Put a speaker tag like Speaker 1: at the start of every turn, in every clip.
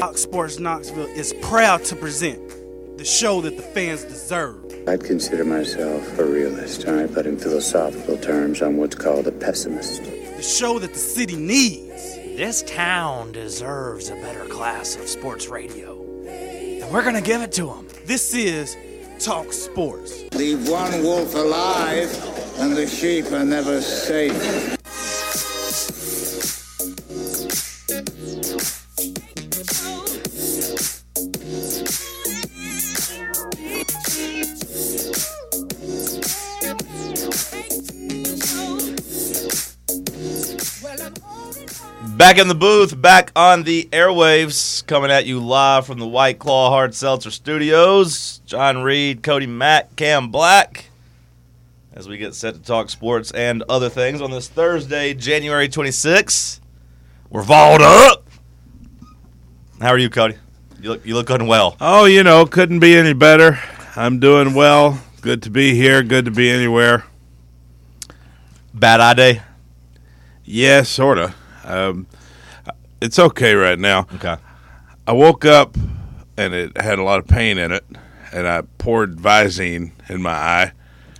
Speaker 1: Fox Sports Knoxville is proud to present the show that the fans deserve.
Speaker 2: I'd consider myself a realist, all right, but in philosophical terms, I'm what's called a pessimist.
Speaker 1: The show that the city needs.
Speaker 3: This town deserves a better class of sports radio. And we're going to give it to them.
Speaker 1: This is Talk Sports.
Speaker 4: Leave one wolf alive, and the sheep are never safe.
Speaker 5: Back in the booth, back on the airwaves, coming at you live from the White Claw Hard Seltzer Studios. John Reed, Cody Matt, Cam Black, as we get set to talk sports and other things on this Thursday, January 26th. We're balled up. How are you, Cody? You look you look unwell.
Speaker 6: Oh, you know, couldn't be any better. I'm doing well. Good to be here. Good to be anywhere.
Speaker 5: Bad eye day.
Speaker 6: Yeah, sorta. Um, it's okay right now.
Speaker 5: Okay.
Speaker 6: I woke up and it had a lot of pain in it, and I poured Visine in my eye.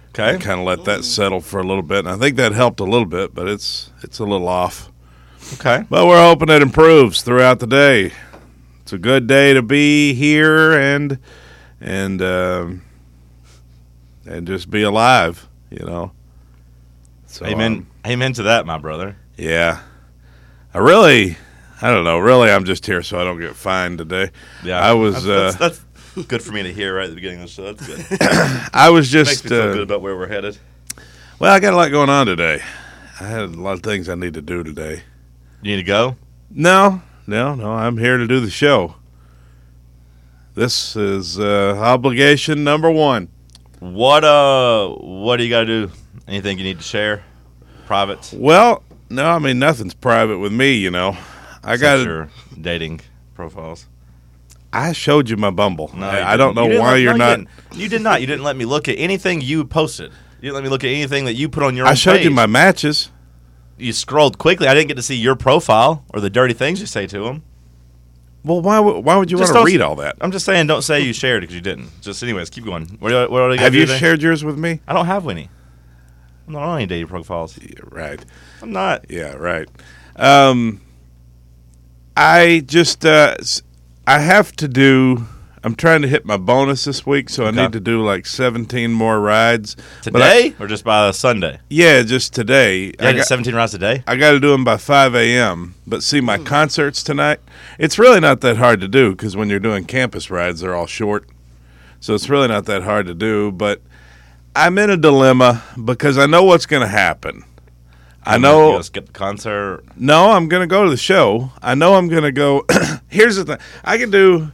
Speaker 5: Okay.
Speaker 6: Kind of let that settle for a little bit, and I think that helped a little bit, but it's it's a little off.
Speaker 5: Okay.
Speaker 6: But we're hoping it improves throughout the day. It's a good day to be here and and um, and just be alive, you know. So,
Speaker 5: Amen.
Speaker 6: um,
Speaker 5: Amen to that, my brother.
Speaker 6: yeah. I really, I don't know. Really, I'm just here so I don't get fined today. I was,
Speaker 5: That's,
Speaker 6: uh,
Speaker 5: that's, that's good for me to hear right at the beginning of the show. That's good.
Speaker 6: I
Speaker 5: Makes
Speaker 6: was just,
Speaker 5: me feel
Speaker 6: uh,
Speaker 5: good about where we're headed.
Speaker 6: well, I got a lot going on today. I had a lot of things I need to do today.
Speaker 5: You need to go.
Speaker 6: No, no, no. I'm here to do the show. This is uh, obligation number one.
Speaker 5: What uh? What do you got to do? Anything you need to share? Private.
Speaker 6: Well, no, I mean nothing's private with me, you know. I got.
Speaker 5: your dating profiles.
Speaker 6: I showed you my Bumble.
Speaker 5: No, you
Speaker 6: I, I
Speaker 5: didn't.
Speaker 6: don't know
Speaker 5: You didn't
Speaker 6: why
Speaker 5: let-
Speaker 6: you're
Speaker 5: no,
Speaker 6: not.
Speaker 5: You didn't. You did not. You didn't let me look at anything you posted. You didn't let me look at anything that you put on your.
Speaker 6: I
Speaker 5: own
Speaker 6: showed you
Speaker 5: page.
Speaker 6: my matches.
Speaker 5: You scrolled quickly. I didn't get to see your profile or the dirty things you say to him.
Speaker 6: Well, why? would- Why would you want
Speaker 5: Just
Speaker 6: to
Speaker 5: don't-
Speaker 6: read all that?
Speaker 5: I'm just saying, don't say you shared because you didn't. Just anyways, keep going. What, do- what do got
Speaker 6: Have
Speaker 5: to do
Speaker 6: you
Speaker 5: today?
Speaker 6: shared yours with me?
Speaker 5: I don't have any. I'm not on any dating profiles.
Speaker 6: Yeah, right.
Speaker 5: I'm not.
Speaker 6: Yeah, right. Um, I just uh, s- I have to do. I'm trying to hit my bonus this week, so
Speaker 5: Okay.
Speaker 6: I need to do like 17 more rides But I-
Speaker 5: Today or just by Sunday?
Speaker 6: yeah, just today.
Speaker 5: Yeah,
Speaker 6: I
Speaker 5: I
Speaker 6: got-
Speaker 5: 17 rounds a day.
Speaker 6: I got to do them by 5 a.m. But see,
Speaker 5: Hmm.
Speaker 6: my concerts tonight, it's really not that hard to do because when you're doing campus rides, they're all short. So it's really not that hard to do. But I'm in a dilemma because I know what's going to happen. I
Speaker 5: You
Speaker 6: know,
Speaker 5: gonna skip the concert.
Speaker 6: no, I'm going to go to the show. I know I'm going to go. Here's the thing I can do.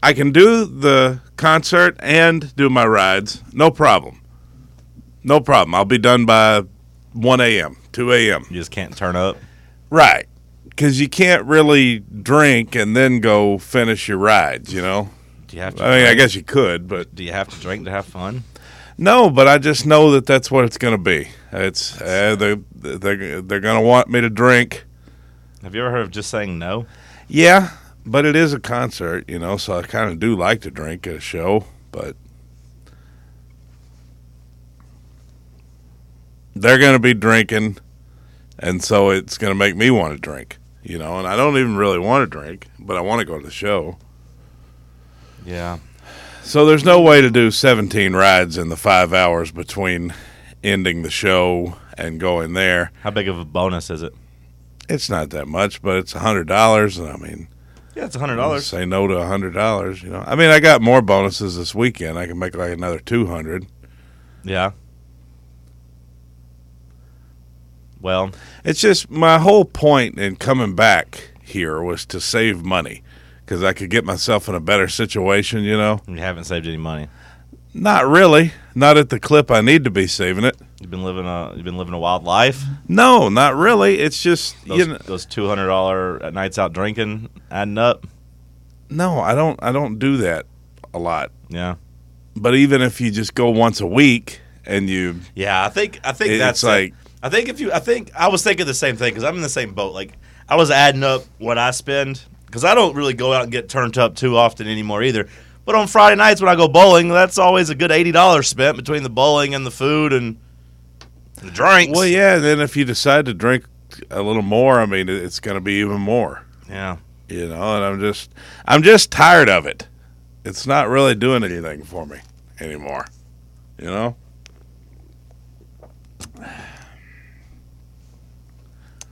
Speaker 6: I can do the concert and do my rides. No problem. No problem. I'll be done by 1 a.m., 2 a.m.
Speaker 5: You just can't turn up.
Speaker 6: Right. Because you can't really drink and then go finish your rides, you know?
Speaker 5: Do you have to?
Speaker 6: I mean, I
Speaker 5: drink?
Speaker 6: guess you could, but
Speaker 5: Do you have to drink to have fun?
Speaker 6: no, but I just know that that's what it's going to be. It's uh, they, they're, they're going to want me to drink.
Speaker 5: Have you ever heard of just saying no?
Speaker 6: Yeah, but it is a concert, you know, so I kind of do like to drink at a show, but they're going to be drinking, and so it's going to make me want to drink, you know, and I don't even really want to drink, but I want to go to the show.
Speaker 5: Yeah.
Speaker 6: So there's no way to do 17 rides in the five hours between ending the show and going there.
Speaker 5: How big of a bonus is it?
Speaker 6: It's not that much, but it's $100, and I mean,
Speaker 5: Yeah, it's hundred
Speaker 6: I'll Say no to a hundred dollars. You know, I mean, I got more bonuses this weekend. I can make like another two hundred.
Speaker 5: Yeah. Well,
Speaker 6: It's just my whole point in coming back here was to save money because I could get myself in a better situation. You know,
Speaker 5: you haven't saved any money.
Speaker 6: not really, not at the clip I need to be saving it.
Speaker 5: You've been living a you've been living a wild life.
Speaker 6: No, not really. It's just
Speaker 5: Those,
Speaker 6: you know,
Speaker 5: those two hundred dollar nights out drinking adding up.
Speaker 6: no, I don't, I don't do that a lot.
Speaker 5: Yeah.
Speaker 6: But even if you just go once a week and you,
Speaker 5: Yeah, I think I think
Speaker 6: It-
Speaker 5: that's
Speaker 6: it's
Speaker 5: like
Speaker 6: like-
Speaker 5: I think if you I think I was thinking the same thing because I'm in the same boat. Like I was adding up what I spend because I don't really go out and get turned up too often anymore either. But on Friday nights when I go bowling, that's always a good eighty dollars spent between the bowling and the food and the drinks.
Speaker 6: Well, yeah, and then if you decide to drink a little more, I mean, it- it's going to be even more.
Speaker 5: yeah.
Speaker 6: You know, and I'm just, I'm just tired of it. It's not really doing anything for me anymore. You know.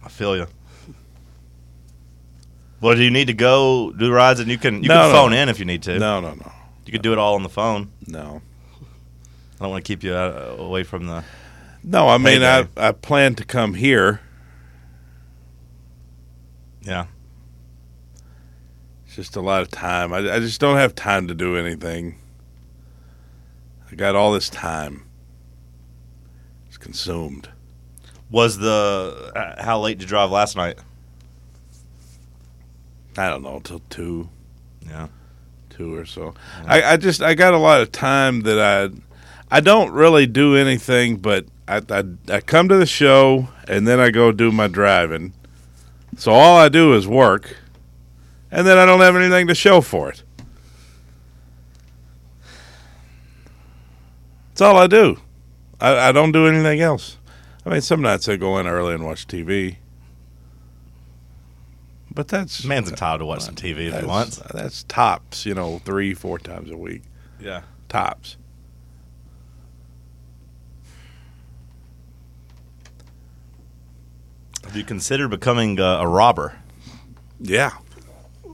Speaker 5: I feel you. Well, do you need to go do rides, and you can you
Speaker 6: No,
Speaker 5: can
Speaker 6: no.
Speaker 5: phone in if you need to.
Speaker 6: No, no, no,
Speaker 5: You could do it all on the phone.
Speaker 6: no,
Speaker 5: I don't want to keep you out, away from the.
Speaker 6: no. I mean,
Speaker 5: Hey,
Speaker 6: I, I plan to come here.
Speaker 5: Yeah,
Speaker 6: It's just a lot of time. I, I just don't have time to do anything. I got all this time. It's consumed.
Speaker 5: was the uh, how late did you drive last night?
Speaker 6: I don't know till two.
Speaker 5: Yeah,
Speaker 6: two or so. I, I just I got a lot of time that I I don't really do anything, but I, I I come to the show and then I go do my driving. So all I do is work, and then I don't have anything to show for it. That's all I do. I, I don't do anything else. I mean, some nights I go in early and watch TV. But that's
Speaker 5: man's entitled to watch some TV if he
Speaker 6: that's,
Speaker 5: wants.
Speaker 6: That's tops, you know, three, four times a week.
Speaker 5: Yeah,
Speaker 6: Tops.
Speaker 5: have you considered becoming uh, a robber?
Speaker 6: Yeah.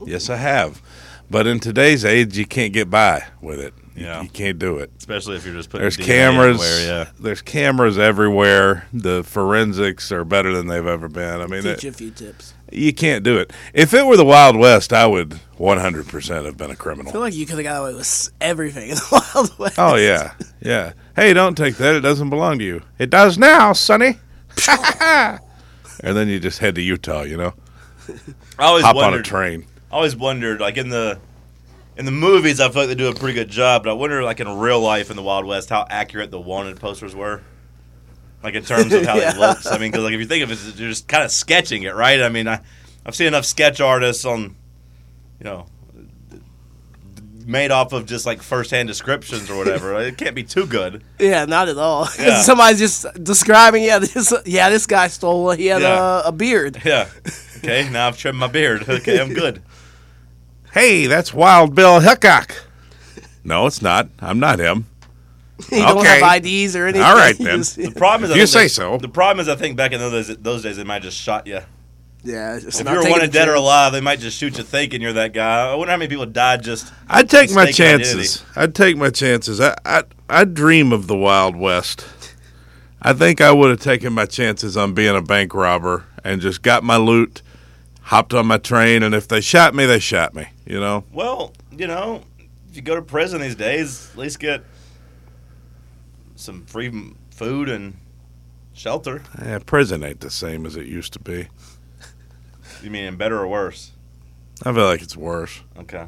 Speaker 6: Yes, I have. But in today's age, you can't get by with it. You-
Speaker 5: Yeah.
Speaker 6: You, can't do it.
Speaker 5: Especially if you're just putting
Speaker 6: There's
Speaker 5: DNA
Speaker 6: cameras.
Speaker 5: everywhere, yeah,
Speaker 6: There's cameras everywhere. The forensics are better than they've ever been. I mean,
Speaker 7: Teach you
Speaker 6: it,
Speaker 7: a few tips.
Speaker 6: you can't do it. If it were the Wild West, I would 100% have been a criminal.
Speaker 7: I feel like you could have got away with s- everything in the Wild West.
Speaker 6: Oh yeah, yeah. Hey, don't take that. It doesn't belong to you. It does now, Sonny. and then you just head to Utah. You know,
Speaker 5: I always
Speaker 6: hop on
Speaker 5: wondered.
Speaker 6: a train.
Speaker 5: I always wondered, like in the in the movies, I feel like they do a pretty good job, but I wonder, like in real life in the Wild West, how accurate the wanted posters were, like in terms of how
Speaker 7: Yeah.
Speaker 5: it looks. I mean, because like if you think of it, you're just kind of sketching it, right? I mean, I I've seen enough sketch artists on, you know, made off of just like firsthand descriptions or whatever. it can't be too good.
Speaker 7: Yeah, not at all. 'Cause
Speaker 5: Yeah.
Speaker 7: Somebody's just describing. Yeah, this. Yeah, this guy stole. He had
Speaker 5: Yeah.
Speaker 7: a, a beard.
Speaker 5: Yeah. Okay. Now I've trimmed my beard. Okay, I'm good.
Speaker 6: Hey, that's Wild Bill Hickok. No, it's not. I'm not him.
Speaker 7: He don't
Speaker 6: Okay.
Speaker 7: have IDs or anything.
Speaker 6: All right,
Speaker 7: He
Speaker 6: then.
Speaker 7: just-
Speaker 5: The problem is, I
Speaker 6: If you
Speaker 5: think
Speaker 6: say
Speaker 5: they-
Speaker 6: so.
Speaker 5: The problem is, I think back in those days, those days they might have just shot you.
Speaker 7: yeah. it's
Speaker 5: If
Speaker 7: not
Speaker 5: you're
Speaker 7: taking
Speaker 5: wanted
Speaker 7: the
Speaker 5: dead or
Speaker 7: chance.
Speaker 5: alive, they might just shoot you thinking you're that guy. I wonder how many people died just.
Speaker 6: I'd take my
Speaker 5: Mistaken identity.
Speaker 6: chances. I'd take my chances. I, I I dream of the Wild West. I think I would have taken my chances on being a bank robber and just got my loot, hopped on my train, and if they shot me, they shot me. You know.
Speaker 5: Well, you know, if you go to prison these days, at least get some free m- food and shelter.
Speaker 6: Yeah, prison ain't the same as it used to be.
Speaker 5: You mean better or worse?
Speaker 6: I feel like it's worse.
Speaker 5: Okay.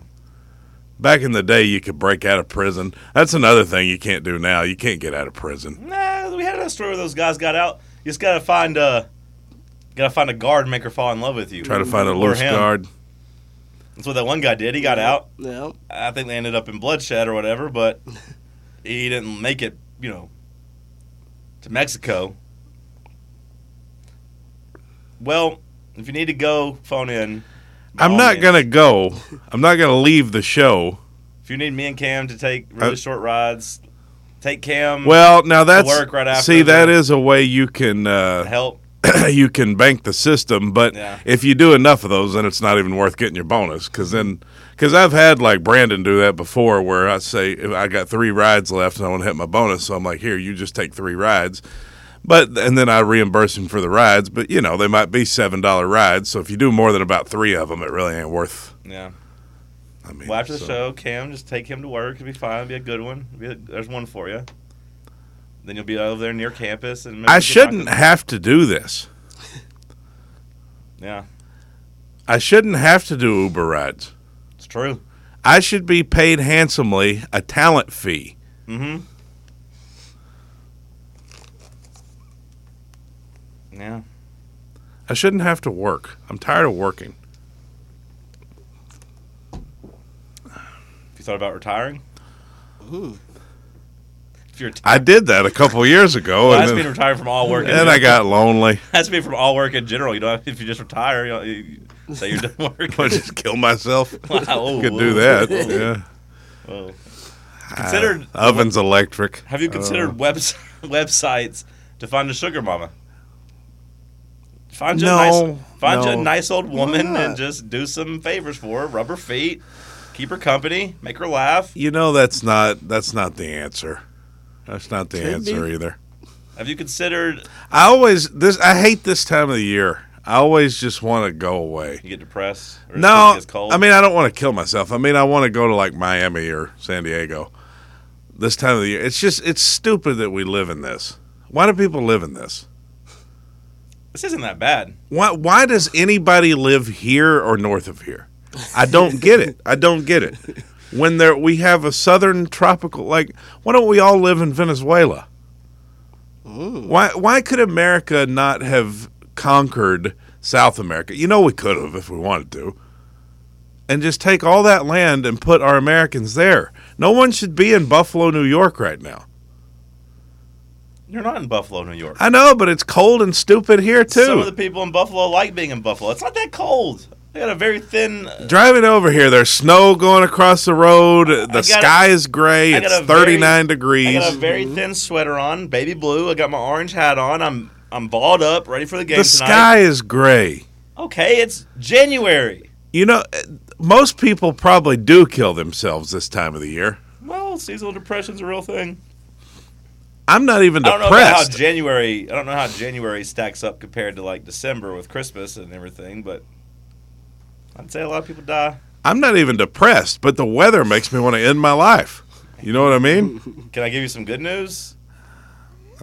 Speaker 6: Back in the day, you could break out of prison. That's another thing you can't do now. You can't get out of prison.
Speaker 5: Nah, we had that story where those guys got out. You just gotta find a, gotta find a guard and make her fall in love with you.
Speaker 6: Try to find a
Speaker 5: Mm, Or
Speaker 6: loose
Speaker 5: him.
Speaker 6: guard.
Speaker 5: That's what that one guy did. He got out.
Speaker 7: Yeah.
Speaker 5: I think they ended up in bloodshed or whatever, but he didn't make it, you know, to Mexico. Well, if you need to go, phone in. by
Speaker 6: I'm
Speaker 5: all
Speaker 6: not
Speaker 5: means.
Speaker 6: gonna go. I'm not gonna leave the show.
Speaker 5: If you need me and Cam to take really
Speaker 6: Uh,
Speaker 5: short rides, take Cam.
Speaker 6: Well, now that's
Speaker 5: work right after
Speaker 6: see that
Speaker 5: the-
Speaker 6: is a way you can
Speaker 5: to
Speaker 6: uh,
Speaker 5: help.
Speaker 6: you can bank the system. But
Speaker 5: Yeah.
Speaker 6: if you do enough of those, then it's not even worth getting your bonus because then because I've had like Brandon do that before, where I say if I got three rides left and I want to hit my bonus, so I'm like, here, you just take three rides. But and then I reimburse him for the rides, but you know they might be seven dollar rides. So if you do more than about three of them, it really ain't worth.
Speaker 5: Yeah.
Speaker 6: I mean,
Speaker 5: Well, after the
Speaker 6: so-
Speaker 5: show, Cam, just take him to work. It'll be fine. It'll be a good one. It'll Be a, there's one for you. Then you'll be over there near campus. and maybe
Speaker 6: I
Speaker 5: you can knock
Speaker 6: shouldn't
Speaker 5: it-
Speaker 6: have to do this.
Speaker 5: Yeah,
Speaker 6: I shouldn't have to do Uber rides.
Speaker 5: it's true.
Speaker 6: I should be paid handsomely a talent fee.
Speaker 5: Mm-hmm. Yeah.
Speaker 6: I shouldn't have to work. I'm tired of working.
Speaker 5: thought about retiring? If you're retired,
Speaker 6: I did that a couple years ago,
Speaker 5: well,
Speaker 6: and
Speaker 5: that's being
Speaker 6: then,
Speaker 5: retired from all work. in
Speaker 6: then I
Speaker 5: general.
Speaker 6: got lonely.
Speaker 5: That's me from all work in general. You know, if you just retire, you, know, you say you're done working.
Speaker 6: I just kill myself.
Speaker 5: Wow.
Speaker 6: Could do that. Yeah. Uh,
Speaker 5: Whoa. Considered.
Speaker 6: Oven's electric.
Speaker 5: have you
Speaker 6: Uh.
Speaker 5: considered webs- websites to find a sugar mama? Find you a
Speaker 6: No,
Speaker 5: nice, find you a
Speaker 6: no.
Speaker 5: nice old woman
Speaker 6: Why
Speaker 5: and
Speaker 6: not?
Speaker 5: just do some favors for her. Rub her feet, keep her company, make her laugh.
Speaker 6: You know that's not that's not the answer. That's not the
Speaker 7: Could be.
Speaker 6: answer either.
Speaker 5: Have you considered?
Speaker 6: I always this I hate this time of the year. I always just want to go away.
Speaker 5: You get depressed? Or
Speaker 6: No,
Speaker 5: it's cold?
Speaker 6: I mean I don't want to kill myself. I mean I want to go to like Miami or San Diego. This time of the year, it's just it's stupid that we live in this. Why do people live in this?
Speaker 5: this isn't that bad.
Speaker 6: Why why does anybody live here or north of here? I don't get it. I don't get it. When there we have a southern tropical like why don't we all live in Venezuela?
Speaker 5: Mm.
Speaker 6: Why why could America not have conquered South America? You know we could have if we wanted to. And just take all that land and put our Americans there. No one should be in Buffalo, New York right now.
Speaker 5: You're not in Buffalo, New York.
Speaker 6: I know, but it's cold and stupid here too.
Speaker 5: Some of the people in Buffalo like being in Buffalo. It's not that cold. They got a very thin. uh,
Speaker 6: Driving over here, there's snow going across the road. The
Speaker 5: got
Speaker 6: sky is gray.
Speaker 5: I got
Speaker 6: It's
Speaker 5: a very-
Speaker 6: 39
Speaker 5: I
Speaker 6: degrees.
Speaker 5: got a very thin sweater on, baby blue. I got my orange hat on. I'm I'm balled up, ready for the game
Speaker 6: the
Speaker 5: tonight.
Speaker 6: sky is gray.
Speaker 5: Okay, it's January.
Speaker 6: You know, eh, most people probably do kill themselves this time of the year.
Speaker 5: Well, seasonal depression's a real thing.
Speaker 6: I'm not even
Speaker 5: I don't know about how
Speaker 6: depressed.
Speaker 5: January. I don't know how January stacks up compared to like December with Christmas and everything, but I'd say a lot of people die.
Speaker 6: I'm not even depressed, but the weather makes me want to end my life. You know what I mean?
Speaker 5: Can I give you some good news?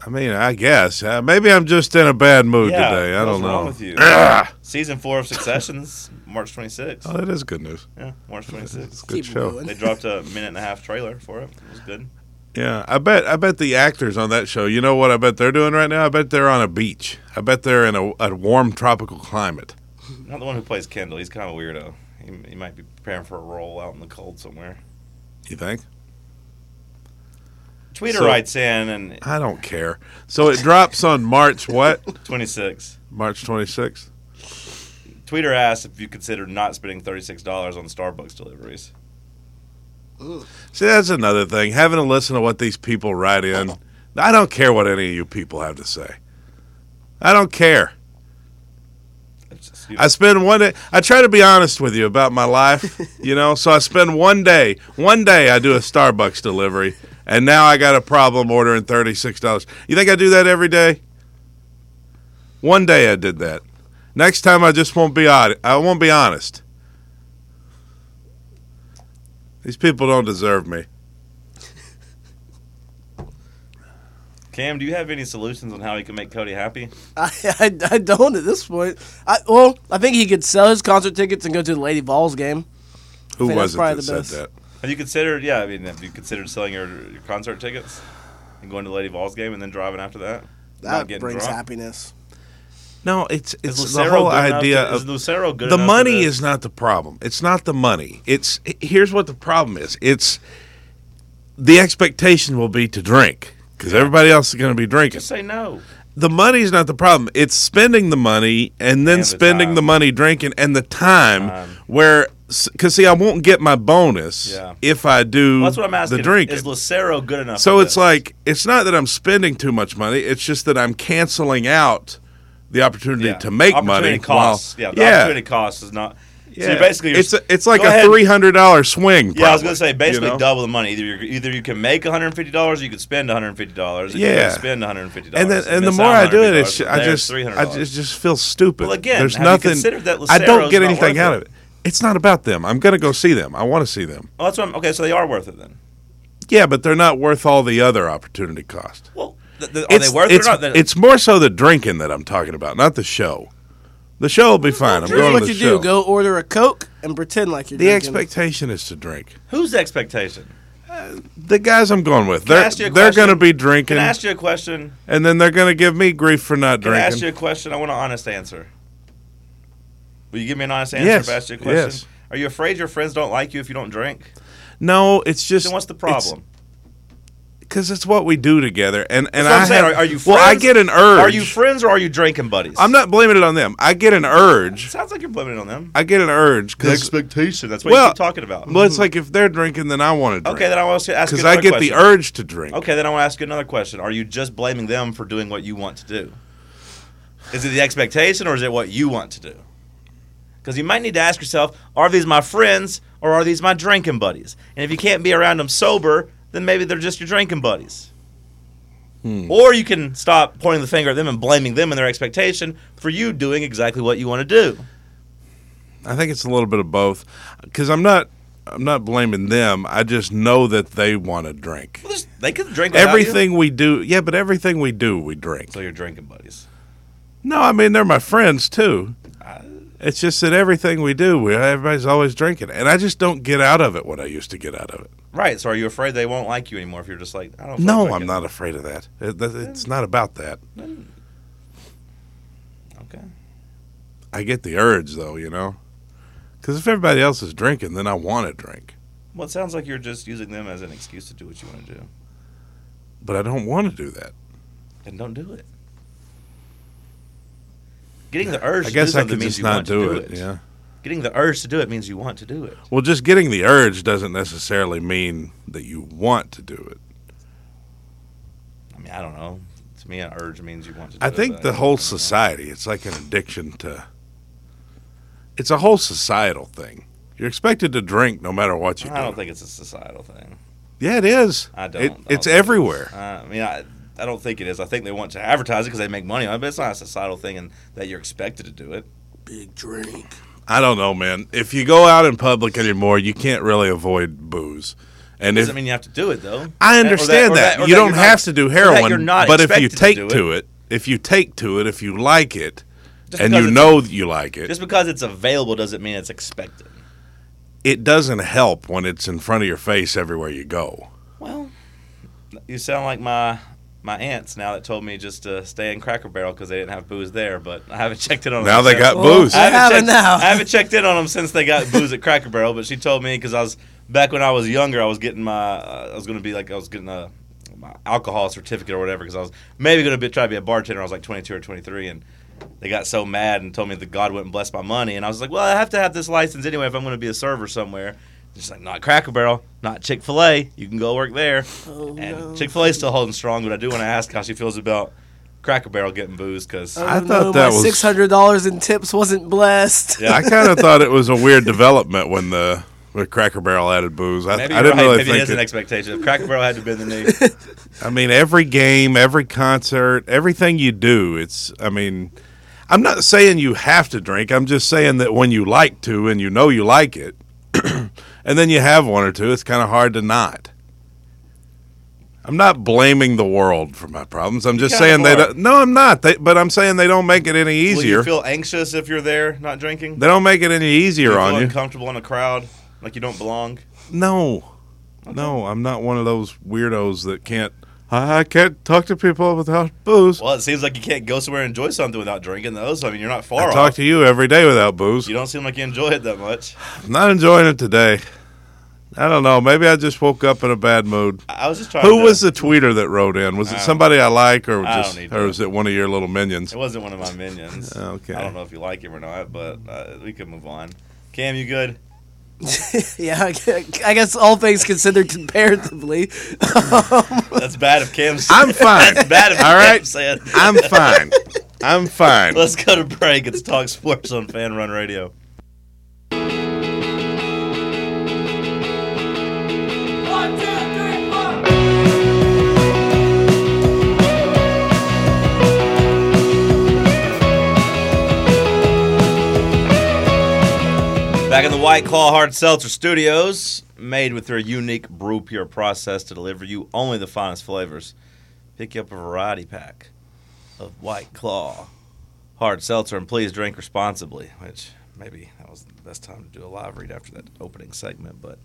Speaker 6: I mean, I guess. Uh, maybe I'm just in a bad mood
Speaker 5: Yeah,
Speaker 6: today. I
Speaker 5: what's
Speaker 6: don't
Speaker 5: wrong
Speaker 6: know.
Speaker 5: with you?
Speaker 6: Ah!
Speaker 5: Season four of Successions, March 26th.
Speaker 6: Oh, that is good news.
Speaker 5: Yeah, March 26th.
Speaker 6: Good
Speaker 7: Keep
Speaker 6: show.
Speaker 7: moving.
Speaker 5: They dropped a minute and a half trailer for it. It was good.
Speaker 6: Yeah, I bet I bet the actors on that show. You know what I bet they're doing right now? I bet they're on a beach. I bet they're in a, a warm tropical climate.
Speaker 5: Not the one who plays Kendall. He's kind of a weirdo. He, he might be preparing for a role out in the cold somewhere.
Speaker 6: You think?
Speaker 5: Tweeter
Speaker 6: So-
Speaker 5: writes in and
Speaker 6: I don't care. So it drops on March what?
Speaker 5: 26.
Speaker 6: March 26th.
Speaker 5: Tweeter asks if you consider not spending $36 on Starbucks deliveries.
Speaker 6: See, that's another thing. Having to listen to what these people write in. I don't care what any of you people have to say. I don't care.
Speaker 5: It's just, you know,
Speaker 6: I spend one day. I try to be honest with you about my life, you know. So I spend one day. One day I do a Starbucks delivery, and now I got a problem ordering thirty six dollars. You think I do that every day? One day I did that. Next time I just won't be odd. I won't be honest. These people don't deserve me.
Speaker 5: Cam, do you have any solutions on how he can make Cody happy?
Speaker 7: I, I, I don't at this point. I, well, I think he could sell his concert tickets and go to the Lady Vols game.
Speaker 6: Who
Speaker 7: think
Speaker 6: was
Speaker 7: that's
Speaker 6: it
Speaker 7: probably
Speaker 6: that
Speaker 7: the
Speaker 6: said
Speaker 7: best.
Speaker 6: that?
Speaker 5: Have you considered, yeah, I mean, have you considered selling your, your concert tickets and going to Lady Vols game and then driving after that? Not
Speaker 7: That
Speaker 5: getting
Speaker 7: brings
Speaker 5: drunk?
Speaker 7: happiness.
Speaker 6: No, it's
Speaker 5: Is
Speaker 6: it's the
Speaker 5: Lucero
Speaker 6: whole
Speaker 5: good enough
Speaker 6: idea
Speaker 5: to-
Speaker 6: of
Speaker 5: is Lucero good
Speaker 6: the
Speaker 5: enough to
Speaker 6: money
Speaker 5: this?
Speaker 6: is not the problem. It's not the money. It's here's what the problem is. It's the expectation will be to drink because everybody else is going to be drinking.
Speaker 5: Just say no.
Speaker 6: The money's not the problem. It's spending the money and then
Speaker 5: And the
Speaker 6: spending
Speaker 5: time.
Speaker 6: the money drinking and the time,
Speaker 5: Time.
Speaker 6: where because see I won't get my bonus
Speaker 5: Yeah.
Speaker 6: if I do
Speaker 5: Well, that's what I'm asking.
Speaker 6: the drinking.
Speaker 5: Is Lucero good enough?
Speaker 6: So
Speaker 5: for
Speaker 6: it's
Speaker 5: this?
Speaker 6: like it's not that I'm spending too much money. It's just that I'm canceling out the opportunity
Speaker 5: Yeah.
Speaker 6: to make
Speaker 5: opportunity
Speaker 6: money.
Speaker 5: Costs.
Speaker 6: while-
Speaker 5: yeah, the opportunity cost is not. So
Speaker 6: yeah.
Speaker 5: you're basically, you're,
Speaker 6: it's a, it's like
Speaker 5: Go
Speaker 6: a
Speaker 5: ahead.
Speaker 6: three hundred dollar swing.
Speaker 5: Yeah, I was
Speaker 6: probably,
Speaker 5: gonna say basically
Speaker 6: you know?
Speaker 5: double the money. Either you either you can make one hundred and fifty dollars, or you can spend one hundred and fifty dollars. you
Speaker 6: Yeah.
Speaker 5: can spend one hundred and fifty dollars.
Speaker 6: And then and the more I do it, it's, I just I just just feel stupid.
Speaker 5: Well, again,
Speaker 6: there's
Speaker 5: have you
Speaker 6: nothing.
Speaker 5: considered that
Speaker 6: I don't
Speaker 5: Lucero's
Speaker 6: get
Speaker 5: not
Speaker 6: anything
Speaker 5: worth
Speaker 6: out
Speaker 5: it?
Speaker 6: of it. It's not about them. I'm gonna go see them. I want to see them.
Speaker 5: Well, that's what I'm, okay. So they are worth it then.
Speaker 6: Yeah, but they're not worth all the other opportunity cost.
Speaker 5: Well, th- th- are they worth
Speaker 6: it's,
Speaker 5: it or not? Then-
Speaker 6: It's more so the drinking that I'm talking about, not the show. The show will be fine. I'm
Speaker 7: Here's
Speaker 6: going
Speaker 7: what
Speaker 6: to the
Speaker 7: you
Speaker 6: show.
Speaker 7: do: go order a Coke and pretend like you're
Speaker 6: The
Speaker 7: drinking.
Speaker 6: expectation is to drink.
Speaker 5: whose expectation?
Speaker 6: The guys I'm going with,
Speaker 5: I
Speaker 6: they're
Speaker 5: ask you a
Speaker 6: they're
Speaker 5: question?
Speaker 6: going to be
Speaker 5: Can
Speaker 6: drinking,
Speaker 5: I ask you a question?
Speaker 6: and then they're going to give me grief for not
Speaker 5: Can I ask you
Speaker 6: drinking.
Speaker 5: a question? I want an honest answer. Will you give me an honest answer
Speaker 6: Yes.
Speaker 5: if I ask you a question?
Speaker 6: Yes.
Speaker 5: Are you afraid your friends don't like you if you don't drink?
Speaker 6: No, it's just.
Speaker 5: Then what's the problem?
Speaker 6: Because it's, what we do together, and
Speaker 5: That's what
Speaker 6: and I
Speaker 5: I'm saying.
Speaker 6: have-
Speaker 5: Are- are you
Speaker 6: Well, I
Speaker 5: friends?
Speaker 6: get an urge.
Speaker 5: Are you friends or are you drinking buddies?
Speaker 6: I'm not blaming it on them. I get an urge.
Speaker 5: Sounds like you're blaming it on them.
Speaker 6: I get an urge because
Speaker 5: expectation. That's what
Speaker 6: Well,
Speaker 5: you keep talking about.
Speaker 6: well, it's like if they're drinking, then I want to drink.
Speaker 5: okay, then I want to ask you
Speaker 6: because
Speaker 5: another
Speaker 6: I get the
Speaker 5: question.
Speaker 6: urge to drink.
Speaker 5: Okay, then I want to ask you another question. Are you just blaming them for doing what you want to do? Is it the expectation or is it what you want to do? Because you might need to ask yourself are these my friends or are these my drinking buddies? And if you can't be around them sober, then maybe they're just your drinking buddies.
Speaker 6: Hmm.
Speaker 5: Or you can stop pointing the finger at them and blaming them and their expectation for you doing exactly what you want to do.
Speaker 6: I think it's a little bit of both because I'm not. I'm not blaming them. I just know that they want to drink.
Speaker 5: Well, there's- They could drink without you.
Speaker 6: Everything we do, yeah, but everything we do, we drink.
Speaker 5: So you're drinking buddies.
Speaker 6: No, I mean they're my friends too. It's just that everything we do, we everybody's always drinking, and I just don't get out of it what I used to get out of it.
Speaker 5: Right. So are you afraid they won't like you anymore if you're just like, I don't feel
Speaker 6: No,
Speaker 5: like
Speaker 6: I'm
Speaker 5: it?
Speaker 6: not afraid of that. It- that- It's not about that.
Speaker 5: Okay.
Speaker 6: I get the urge though, you know, because if everybody else is drinking, then I want to drink,
Speaker 5: Well, it sounds like you're just using them as an excuse to do what you want to do.
Speaker 6: but I don't want to do that.
Speaker 5: Then don't do it. Getting the urge
Speaker 6: I
Speaker 5: to
Speaker 6: guess
Speaker 5: do
Speaker 6: I
Speaker 5: something
Speaker 6: could
Speaker 5: means
Speaker 6: just
Speaker 5: you
Speaker 6: not
Speaker 5: want
Speaker 6: do,
Speaker 5: to
Speaker 6: it. Yeah.
Speaker 5: Getting the urge to do it means you want to do it.
Speaker 6: Well, just getting the urge doesn't necessarily mean that you want to do it.
Speaker 5: I mean, I don't know. To me, an urge means you want to do
Speaker 6: I
Speaker 5: it.
Speaker 6: think
Speaker 5: but
Speaker 6: the
Speaker 5: don't
Speaker 6: whole
Speaker 5: know.
Speaker 6: society, it's like an addiction to. It's a whole societal thing. You're expected to drink no matter what you do.
Speaker 5: I don't think it's a societal thing.
Speaker 6: Yeah, it is.
Speaker 5: I don't.
Speaker 6: It-
Speaker 5: I don't
Speaker 6: it's
Speaker 5: think it is.
Speaker 6: everywhere.
Speaker 5: Uh, I mean, I, I don't think it is. I think they want to advertise it because they make money on it, but it's not a societal thing and that you're expected to do it.
Speaker 7: Big drink.
Speaker 6: I don't know, man. If you go out in public anymore, you can't really avoid booze. And if
Speaker 5: Doesn't mean you have to do it, though.
Speaker 6: I
Speaker 5: Or
Speaker 6: understand
Speaker 5: or
Speaker 6: that,
Speaker 5: or
Speaker 6: you don't
Speaker 5: you're
Speaker 6: have
Speaker 5: not-
Speaker 6: to do
Speaker 5: or that
Speaker 6: heroin,
Speaker 5: you're not
Speaker 6: but if you
Speaker 5: expected do
Speaker 6: take to it, if you take to it, if you like it,
Speaker 5: Just because
Speaker 6: and you
Speaker 5: it's-
Speaker 6: know that you like it,
Speaker 5: Just because it's available doesn't mean it's expected.
Speaker 6: it doesn't help when it's in front of your face everywhere you go.
Speaker 5: Well, you sound like my my aunts now that told me just to stay in Cracker Barrel because they didn't have booze there, but I haven't checked in on them.
Speaker 6: Now they
Speaker 5: since.
Speaker 6: got
Speaker 7: Well,
Speaker 6: booze.
Speaker 5: I haven't,
Speaker 7: What
Speaker 5: checked,
Speaker 7: happened now?
Speaker 5: I haven't checked in on them since they got booze at Cracker Barrel, but she told me because I was back when I was younger, I was getting my uh, I was going to be like I was getting a my alcohol certificate or whatever because I was maybe going to be try to be a bartender. I was like 22 or 23 and they got so mad and told me that God wouldn't bless my money and I was like, "Well, I have to have this license anyway if I'm going to be a server somewhere." Just like not Cracker Barrel, not Chick Fil A. You can go work there. and Chick Fil A's still holding strong, but I do want to ask how she feels about Cracker Barrel getting booze because
Speaker 6: I thought that was-
Speaker 7: six hundred dollars in tips wasn't blessed.
Speaker 5: Yeah.
Speaker 6: I kind of thought it was a weird development when the when Cracker Barrel added booze. I,
Speaker 5: Maybe
Speaker 6: I
Speaker 5: you're
Speaker 6: didn't
Speaker 5: right.
Speaker 6: really
Speaker 5: Maybe it
Speaker 6: think.
Speaker 5: is an
Speaker 6: It,
Speaker 5: expectation. If Cracker Barrel had to bend the knee,
Speaker 6: I mean, every game, every concert, everything you do, it's. I mean, I'm not saying you have to drink. I'm just saying that when you like to and you know you like it, and then you have one or two, it's kind of hard to not. I'm not blaming the world for my problems. I'm just
Speaker 5: kinda
Speaker 6: saying they
Speaker 5: are.
Speaker 6: don't. No, I'm not. They, but I'm saying they don't make it any
Speaker 5: will you
Speaker 6: easier.
Speaker 5: feel anxious if you're there not drinking?
Speaker 6: they don't make it any
Speaker 5: Do
Speaker 6: easier
Speaker 5: you
Speaker 6: on
Speaker 5: feel
Speaker 6: you.
Speaker 5: uncomfortable in a crowd, like you don't belong.
Speaker 6: No, no, I'm not one of those weirdos that can't. I I can't talk to people without booze.
Speaker 5: Well, it seems like you can't go somewhere and enjoy something without drinking. Though, so I mean, you're not far
Speaker 6: I
Speaker 5: off.
Speaker 6: talk to you every day without booze.
Speaker 5: you don't seem like you enjoy it that much.
Speaker 6: I'm not enjoying it today. I don't know. Maybe I just woke up in a bad mood.
Speaker 5: I I was just trying.
Speaker 6: Who
Speaker 5: to,
Speaker 6: was the tweeter that wrote in? Was it
Speaker 5: don't-
Speaker 6: somebody I like, or
Speaker 5: Oh, I don't
Speaker 6: just,
Speaker 5: need to
Speaker 6: or
Speaker 5: know.
Speaker 6: was it one of your little minions?
Speaker 5: It wasn't one of my minions.
Speaker 6: Okay.
Speaker 5: I don't know if you like him or not, but uh, we can move on. Cam, you good?
Speaker 7: yeah, I gu- I guess all things considered, comparatively,
Speaker 5: That's bad if Cam's.
Speaker 6: I'm fine.
Speaker 5: That's bad if
Speaker 6: All
Speaker 5: Cam's
Speaker 6: right.
Speaker 5: saying.
Speaker 6: I'm fine. I'm fine.
Speaker 5: Let's go to break. It's Talk Sports on Fan Run Radio. Back in the White Claw Hard Seltzer Studios, made with their unique brew pure process to deliver you only the finest flavors. Pick up a variety pack of White Claw Hard Seltzer and please drink responsibly, which maybe that was the best time to do a live read after that opening segment, but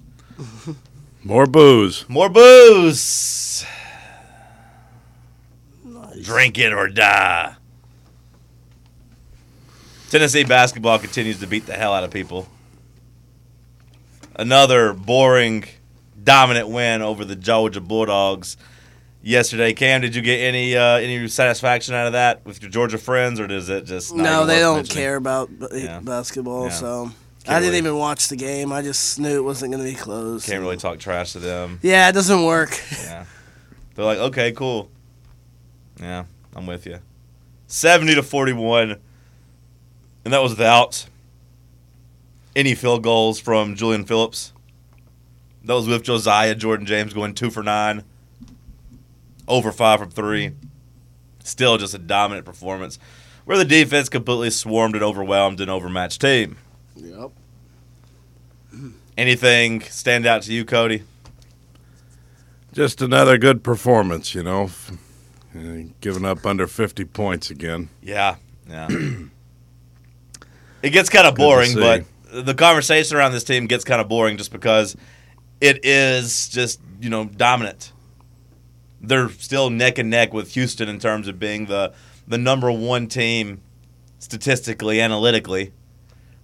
Speaker 6: More booze.
Speaker 5: more booze. Drink it or die. Tennessee basketball continues to beat the hell out of people. another boring, dominant win over the Georgia Bulldogs yesterday. Cam, did you get any uh, any satisfaction out of that with your Georgia friends, or does it just not
Speaker 7: no,
Speaker 5: even
Speaker 7: they
Speaker 5: worth
Speaker 7: don't
Speaker 5: mentioning?
Speaker 7: care about b- eh,
Speaker 5: Yeah.
Speaker 7: basketball,
Speaker 5: Yeah.
Speaker 7: so
Speaker 5: Can't
Speaker 7: I didn't
Speaker 5: really-
Speaker 7: even watch the game. I just knew it wasn't going to be close.
Speaker 5: Can't really talk trash to them.
Speaker 7: Yeah, it doesn't work.
Speaker 5: Yeah. They're like, okay, cool. Yeah, I'm with you. 70 to 41. And that was without any field goals from Julian Phillips. That was with Josiah Jordan James going two for nine, over five from three. Still just a dominant performance where the defense completely swarmed and overwhelmed an overmatched team.
Speaker 7: Yep.
Speaker 5: Anything stand out to you, Cody?
Speaker 6: Just another good performance, you know. F- uh, Giving up under 50 points again.
Speaker 5: Yeah, yeah. it gets kind of boring,
Speaker 6: see.
Speaker 5: but the conversation around this team gets kind of boring just because it is just you know dominant. They're still neck and neck with Houston in terms of being the the number one team statistically, analytically.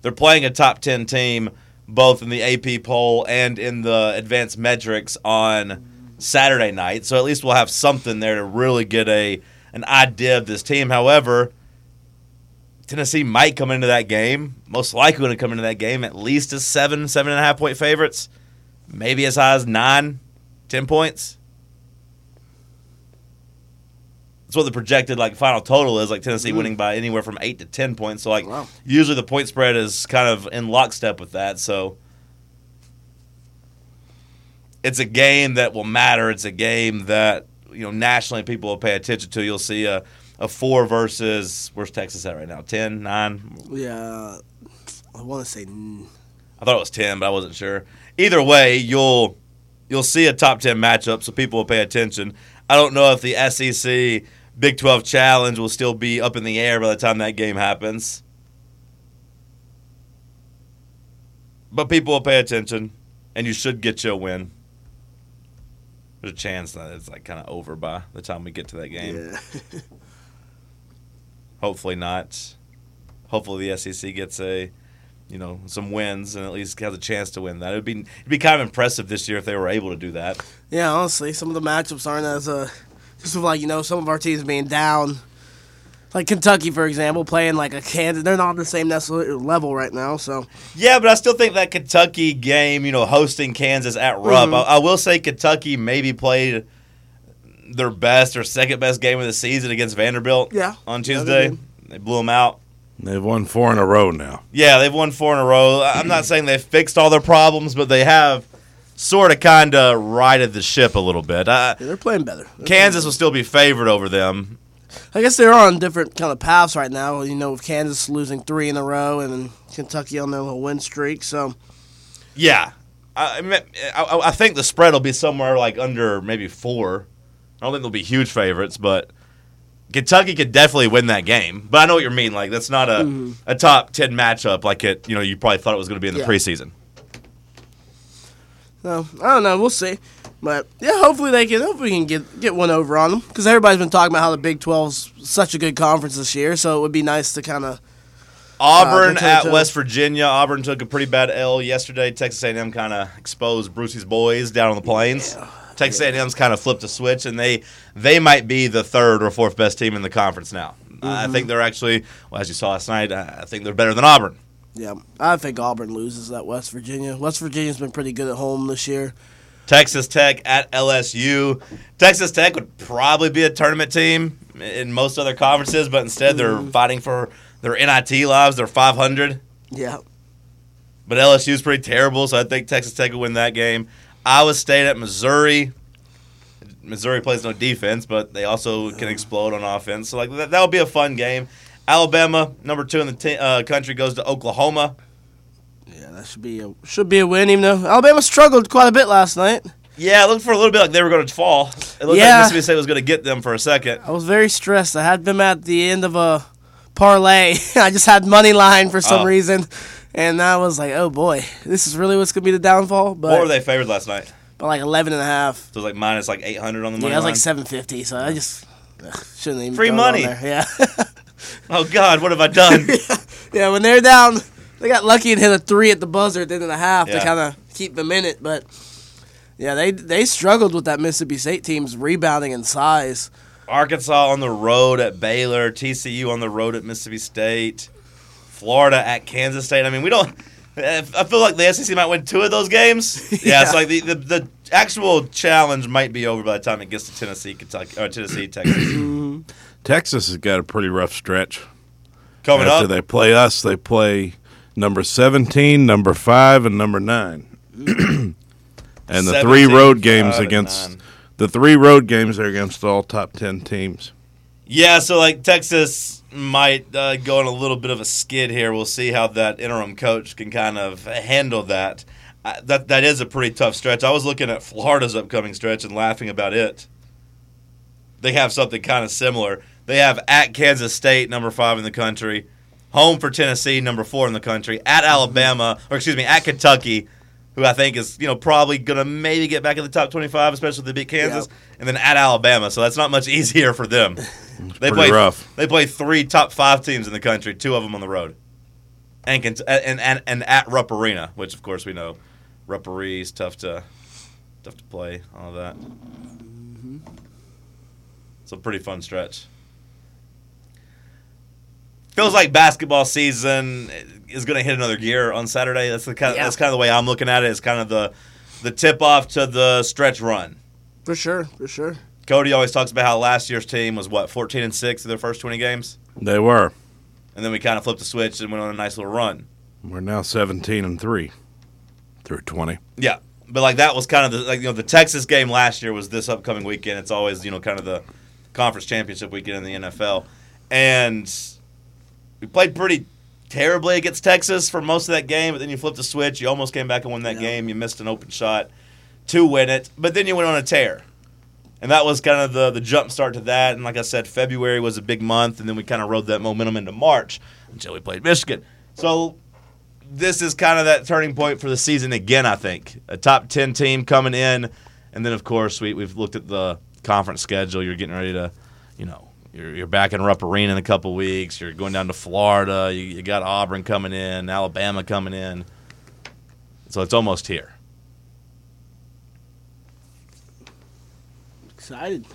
Speaker 5: They're playing a top ten team both in the AP poll and in the advanced metrics on Saturday night. So at least we'll have something there to really get a an idea of this team. However, Tennessee might come into that game, most likely going to come into that game at least as seven, seven and a half point favorites, maybe as high as nine, ten points. That's what the projected like final total is, like Tennessee winning by anywhere from eight to ten points. So like
Speaker 7: Wow.
Speaker 5: usually the point spread is kind of in lockstep with that. So it's a game that will matter. It's a game that you know nationally people will pay attention to. You'll see a, a four versus where's Texas at right now? 10, 9?
Speaker 7: Yeah. I want to say n-
Speaker 5: I thought it was ten, but I wasn't sure. Either way, you'll you'll see a top ten matchup, so people will pay attention. I don't know if the SEC Big Twelve Challenge will still be up in the air by the time that game happens, but people will pay attention, and you should get you a win. There's a chance that it's like kind of over by the time we get to that game.
Speaker 7: yeah.
Speaker 5: Hopefully not. Hopefully the SEC gets a, you know, some wins and at least has a chance to win that. It'd be it'd be kind of impressive this year if they were able to do that.
Speaker 7: Yeah, honestly, some of the matchups aren't as uh, just with like you know some of our teams being down, like Kentucky for example, playing like a Kansas. They're not on the same necessarily level right now, so
Speaker 5: Yeah, but I still think that Kentucky game, you know, hosting Kansas at Rupp,
Speaker 7: Mm-hmm.
Speaker 5: I, I will say Kentucky maybe played their best or second best game of the season against Vanderbilt.
Speaker 7: Yeah.
Speaker 5: on
Speaker 7: Yeah, they
Speaker 5: Tuesday
Speaker 7: did.
Speaker 5: they blew them out.
Speaker 6: They've won four in a row now.
Speaker 5: Yeah, they've won four in a row. I- I'm not saying they've fixed all their problems, but they have sort of kind of righted the ship a little bit. I,
Speaker 7: yeah, they're playing better. They're
Speaker 5: Kansas will still be favored over them.
Speaker 7: playing- I guess they're on different kind of paths right now. You know, with Kansas losing three in a row and then Kentucky on their little win streak, so
Speaker 5: Yeah, I I mean, I, I- I think the spread will be somewhere like under maybe four. I don't think they'll be huge favorites, but Kentucky could definitely win that game. But I know what you mean. Like that's not a, a top ten matchup like it. You know, you probably thought it was going to be in the
Speaker 7: Yeah.
Speaker 5: preseason.
Speaker 7: no, I don't know. We'll see. But yeah, hopefully they can. Hopefully we can get get one over on them because everybody's been talking about how the Big 12's such a good conference this year. So it would be nice to kind of
Speaker 5: Auburn
Speaker 7: Uh, Kentucky
Speaker 5: at
Speaker 7: took-
Speaker 5: West Virginia. Auburn took a pretty bad L yesterday. Texas A&M kind of exposed Brucey's boys down on the plains. Texas A&M's kind of flipped a switch, and they they might be the third or fourth best team in the conference now. I think they're actually, well, as you saw last night, I I think they're better than Auburn.
Speaker 7: Yeah, I think Auburn loses at West Virginia. West Virginia's been pretty good at home this year.
Speaker 5: Texas Tech at LSU. Texas Tech would probably be a tournament team in most other conferences, but instead they're fighting for their NIT lives. They're 500.
Speaker 7: Yeah,
Speaker 5: But LSU is pretty terrible, so I think Texas Tech will win that game. Iowa State at Missouri. Missouri plays no defense, but they also can explode on offense. So like that, that'll be a fun game. Alabama, number two in the t- uh, country, goes to Oklahoma.
Speaker 7: yeah, that should be a should be a win. Even though Alabama struggled quite a bit last night,
Speaker 5: Yeah, it looked for a little bit like they were going to fall. It looked
Speaker 7: Yeah.
Speaker 5: like Mississippi State was going to get them for a second.
Speaker 7: I was very stressed. I had them at the end of a parlay. I just had money line for some
Speaker 5: Oh.
Speaker 7: reason, and I was like, oh boy, this is really what's gonna be the downfall. But
Speaker 5: What were they favored last night?
Speaker 7: by like 11 and a half.
Speaker 5: So it was like minus like 800 on the
Speaker 7: Yeah,
Speaker 5: money
Speaker 7: I was like
Speaker 5: line.
Speaker 7: 750. So I just ugh, shouldn't even
Speaker 5: Free
Speaker 7: throw it on
Speaker 5: money.
Speaker 7: there. Yeah,
Speaker 5: Oh God, what have I done?
Speaker 7: yeah. When they're down, they got lucky and hit a three at the buzzer at the end of the half.
Speaker 5: Yeah.
Speaker 7: They kind of keep them in it. But yeah, they they struggled with that Mississippi State team's rebounding and size.
Speaker 5: Arkansas on the road at Baylor, TCU on the road at Mississippi State, Florida at Kansas State. I mean, we don't. I feel like the SEC might win two of those games. Yeah,
Speaker 7: Yeah.
Speaker 5: it's like the, the, the actual challenge might be over by the time it gets to Tennessee, Kentucky, or Tennessee, Texas.
Speaker 6: Texas has got a pretty rough stretch.
Speaker 5: Coming
Speaker 6: After
Speaker 5: up,
Speaker 6: they play us, they play number 17, number 5, and number 9. and the three
Speaker 5: 17,
Speaker 6: road games
Speaker 5: five, and
Speaker 6: against
Speaker 5: nine.
Speaker 6: the three road games are against all top 10 teams.
Speaker 5: yeah. So like Texas might uh, go on a little bit of a skid here. We'll see how that interim coach can kind of handle that. I, that that is a pretty tough stretch. I was looking at Florida's upcoming stretch and laughing about it. they have something kind of similar. They have at Kansas State, number five in the country, home for Tennessee, number four in the country, at
Speaker 6: Mm-hmm.
Speaker 5: Alabama, or excuse me, at Kentucky, who I think is you know probably gonna maybe get back in the top twenty-five, especially if they beat Kansas, and then at Alabama. So that's not much easier for them. they
Speaker 6: pretty
Speaker 5: play
Speaker 6: rough.
Speaker 5: They play three top five teams in the country, two of them on the road, and Kent- and and, and at Rupp Arena, which of course we know, Rupp Arena's tough to tough to play, all of that. It's a pretty fun stretch. Feels like basketball season is going to hit another gear on Saturday. That's the kind.
Speaker 7: Yeah.
Speaker 5: That's kind of the way I'm looking at it. It's kind of the the tip off to the stretch run.
Speaker 7: For sure, for sure.
Speaker 5: Cody always talks about how last year's team was what 14 and six through their first 20 games,
Speaker 6: They were.
Speaker 5: and then we kind of flipped the switch and went on a nice little run.
Speaker 6: We're now 17 and 3 through 20.
Speaker 5: Yeah, but like that was kind of the like you know the Texas game last year was this upcoming weekend. It's always you know kind of the conference championship weekend in the NFL, and we played pretty terribly against Texas for most of that game. But then you flipped the switch. You almost came back and won that game. You missed an open shot to win it, but then you went on a tear. And that was kind of the, the jump start to that. And like I said, February was a big month, and then we kind of rode that momentum into March until we played Michigan. So this is kind of that turning point for the season again. I think a top ten team coming in, and then of course we we've looked at the conference schedule. You're getting ready to, you know, you're, you're back in Rupp Arena in a couple weeks. You're going down to Florida. You, you got Auburn coming in, Alabama coming in. So it's almost here.
Speaker 7: Excited.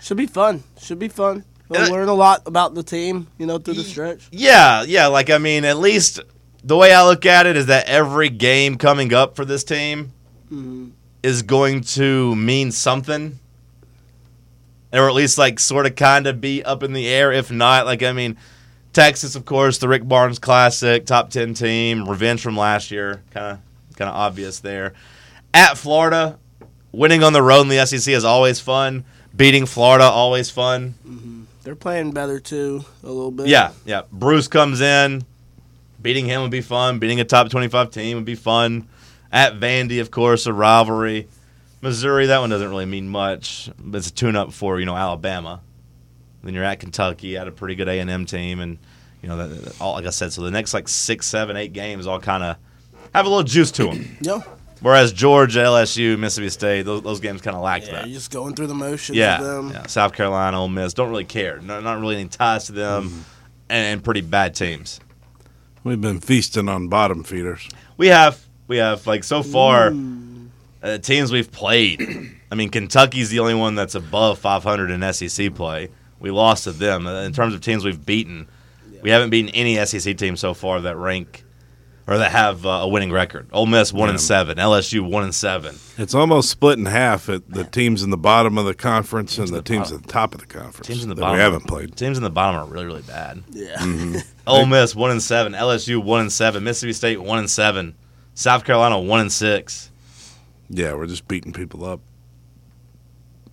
Speaker 7: Should be fun. Should be fun. We'll
Speaker 5: And I-
Speaker 7: learn a lot about the team, you know, through the stretch.
Speaker 5: Yeah, yeah. Like I mean, at least the way I look at it is that every game coming up for this team is going to mean something, or at least like sort of kind of be up in the air. If not, like I mean, Texas, of course, the Rick Barnes Classic, top ten team, revenge from last year, kind of kind of obvious there. At Florida, winning on the road in the SEC is always fun. Beating Florida always fun.
Speaker 7: They're playing better too, a little bit.
Speaker 5: Yeah, yeah. Bruce comes in. Beating him would be fun. Beating a top 25 team would be fun. At Vandy, of course, a rivalry. Missouri, that one doesn't really mean much. But it's a tune-up for, you know, Alabama. Then you're at Kentucky, at a pretty good A&M team. And, you know, that, that- all, like I said, so the next, like, six, seven, eight games all kind of have a little juice to them.
Speaker 7: No.
Speaker 5: Whereas Georgia, LSU, Mississippi State, those, those games kind of lacked
Speaker 7: Yeah,
Speaker 5: that.
Speaker 7: you're just going through the motions
Speaker 5: Yeah,
Speaker 7: with them.
Speaker 5: yeah, South Carolina, Ole Miss don't really care. No, not really any ties to them,
Speaker 6: Mm-hmm.
Speaker 5: and, and pretty bad teams.
Speaker 6: We've been feasting on bottom feeders.
Speaker 5: We have we have like so far uh, teams we've played. I mean, Kentucky's the only one that's above 500 in SEC play. We lost to them Uh, in terms of teams we've beaten. We haven't beaten any SEC team so far that rank or that have uh, a winning record. Ole Miss one and
Speaker 6: Yeah.
Speaker 5: seven, LSU one and seven.
Speaker 6: It's almost split in half at the teams in the bottom of the conference and the, teams at the top of the conference.
Speaker 5: Teams in the
Speaker 6: that
Speaker 5: bottom
Speaker 6: we haven't played.
Speaker 5: Teams in the bottom are really really bad.
Speaker 7: Yeah.
Speaker 5: Mm-hmm. Ole Miss one and seven, LSU one and seven, Mississippi State one and seven, South Carolina one and six.
Speaker 6: Yeah, we're just beating people up.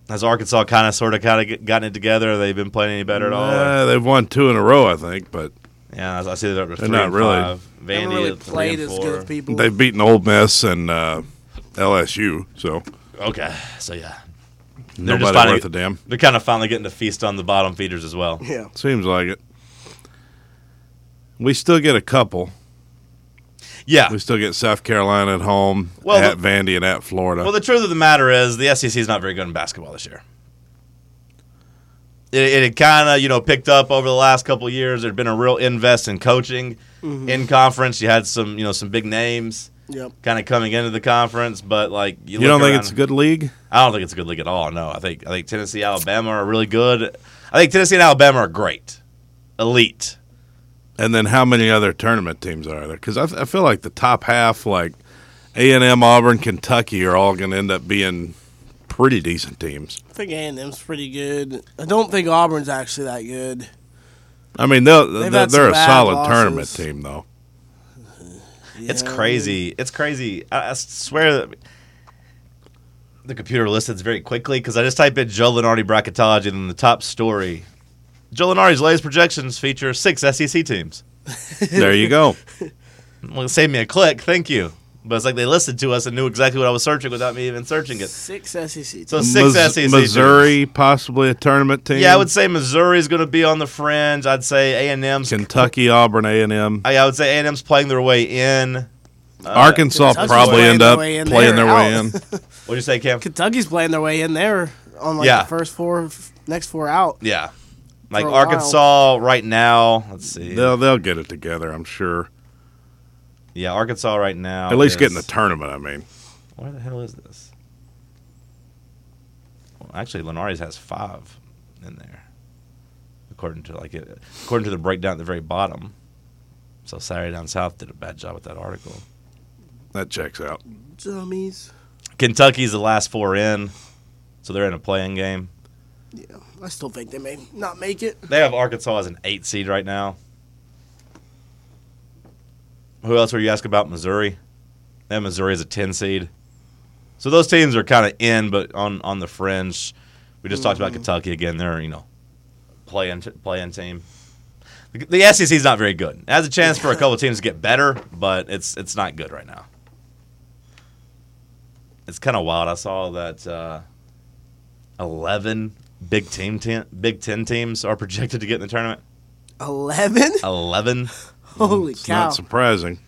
Speaker 5: Has Arkansas kind of sort of kind of gotten it together? Have they been playing any better at all?
Speaker 6: Uh, they've won two in a row, I think, but
Speaker 5: yeah, I- I see they're up to
Speaker 6: They're
Speaker 5: three
Speaker 6: not
Speaker 5: and
Speaker 6: really.
Speaker 5: five.
Speaker 7: They
Speaker 5: Vandy
Speaker 7: haven't really
Speaker 5: at three
Speaker 7: played
Speaker 5: and
Speaker 7: as
Speaker 5: four.
Speaker 7: good as people.
Speaker 6: they've beaten Ole Miss and uh, LSU, so
Speaker 5: Okay, so yeah,
Speaker 6: nobody
Speaker 5: just finding-
Speaker 6: worth a damn.
Speaker 5: they're kind of finally getting to feast on the bottom feeders as well.
Speaker 7: yeah.
Speaker 6: Seems like it. We still get a couple.
Speaker 5: Yeah.
Speaker 6: We still get South Carolina at home,
Speaker 5: Well,
Speaker 6: at
Speaker 5: the-
Speaker 6: Vandy, and at Florida.
Speaker 5: Well, the truth of the matter is the SEC is not very good in basketball this year. It, it had kind of you know picked up over the last couple of
Speaker 7: Mm-hmm.
Speaker 5: years. There'd been a real invest in coaching in conference. You had some you know some big names.
Speaker 7: Yep.
Speaker 5: kind of coming into the conference, but like you,
Speaker 6: You don't
Speaker 5: look
Speaker 6: think
Speaker 5: around-
Speaker 6: it's a good league?
Speaker 5: I don't think it's a good league at all. No, I think I think Tennessee, Alabama are really good. I think Tennessee and Alabama are great, elite.
Speaker 6: And then how many other tournament teams are there? Because I, I feel like the top half, like A and M, Auburn, Kentucky, are all going to end up being pretty decent teams.
Speaker 7: I think A&M's pretty good. I don't think Auburn's actually that good.
Speaker 6: I mean, they'll, they're,
Speaker 7: They've had some
Speaker 6: they're a
Speaker 7: bad
Speaker 6: solid
Speaker 7: losses.
Speaker 6: tournament team, though.
Speaker 5: It's
Speaker 7: Yeah.
Speaker 5: crazy. It's crazy. I, I swear that the computer listens very quickly because I just type in Joe Lenardi bracketology and then the top story. Joe Lenardi's latest projections feature six SEC teams.
Speaker 6: There you go.
Speaker 5: Well, it saved me a click. Thank you. But it's like they listened to us and knew exactly what I was searching without me even searching it.
Speaker 7: Six SEC teams.
Speaker 5: So six
Speaker 6: Mis-
Speaker 5: SEC teams.
Speaker 6: Missouri, possibly a tournament team.
Speaker 5: Yeah, I would say Missouri's going to be on the fringe. I'd say A and M's.
Speaker 6: Kentucky, Auburn, A and M,
Speaker 5: I I would say A and M's playing their way in. Uh,
Speaker 6: Arkansas
Speaker 7: Kentucky's
Speaker 6: probably
Speaker 7: playing
Speaker 6: end
Speaker 7: their
Speaker 6: up
Speaker 7: way in.
Speaker 6: playing
Speaker 7: They're
Speaker 6: their way
Speaker 7: out.
Speaker 6: in.
Speaker 5: What'd you say, Cam?
Speaker 7: Kentucky's playing their way in there on like
Speaker 5: Yeah.
Speaker 7: the first four, f- next four out.
Speaker 5: Yeah, like
Speaker 7: For a while.
Speaker 5: Arkansas right now. Let's see.
Speaker 6: They'll they'll get it together, I'm sure.
Speaker 5: yeah, Arkansas right now.
Speaker 6: At least
Speaker 5: is-
Speaker 6: get in the tournament. I mean,
Speaker 5: Where the hell is this? Well, actually, Linares has five in there, according to like it, according to the breakdown at the very bottom. So Saturday Down South did a bad job with that article.
Speaker 6: that checks out.
Speaker 7: Dummies.
Speaker 5: Kentucky's the last four in, so they're in a playing game.
Speaker 7: Yeah, I still think they may not make it.
Speaker 5: They have Arkansas as an eight seed right now. Who else were you asking about? Missouri. They have Missouri as a ten seed. So those teams are kind of in, but on on the fringe. We just talked about Kentucky again. They're you know playing playing team. The, the SEC is not very good. It has a chance for a couple teams to get better, but it's it's not good right now. It's kind of wild. I saw that. Uh, 11 Big Team ten, Big 10 teams are projected to get in the tournament.
Speaker 7: Eleven.
Speaker 5: 11
Speaker 7: Holy
Speaker 6: It's
Speaker 7: cow!
Speaker 6: not surprising.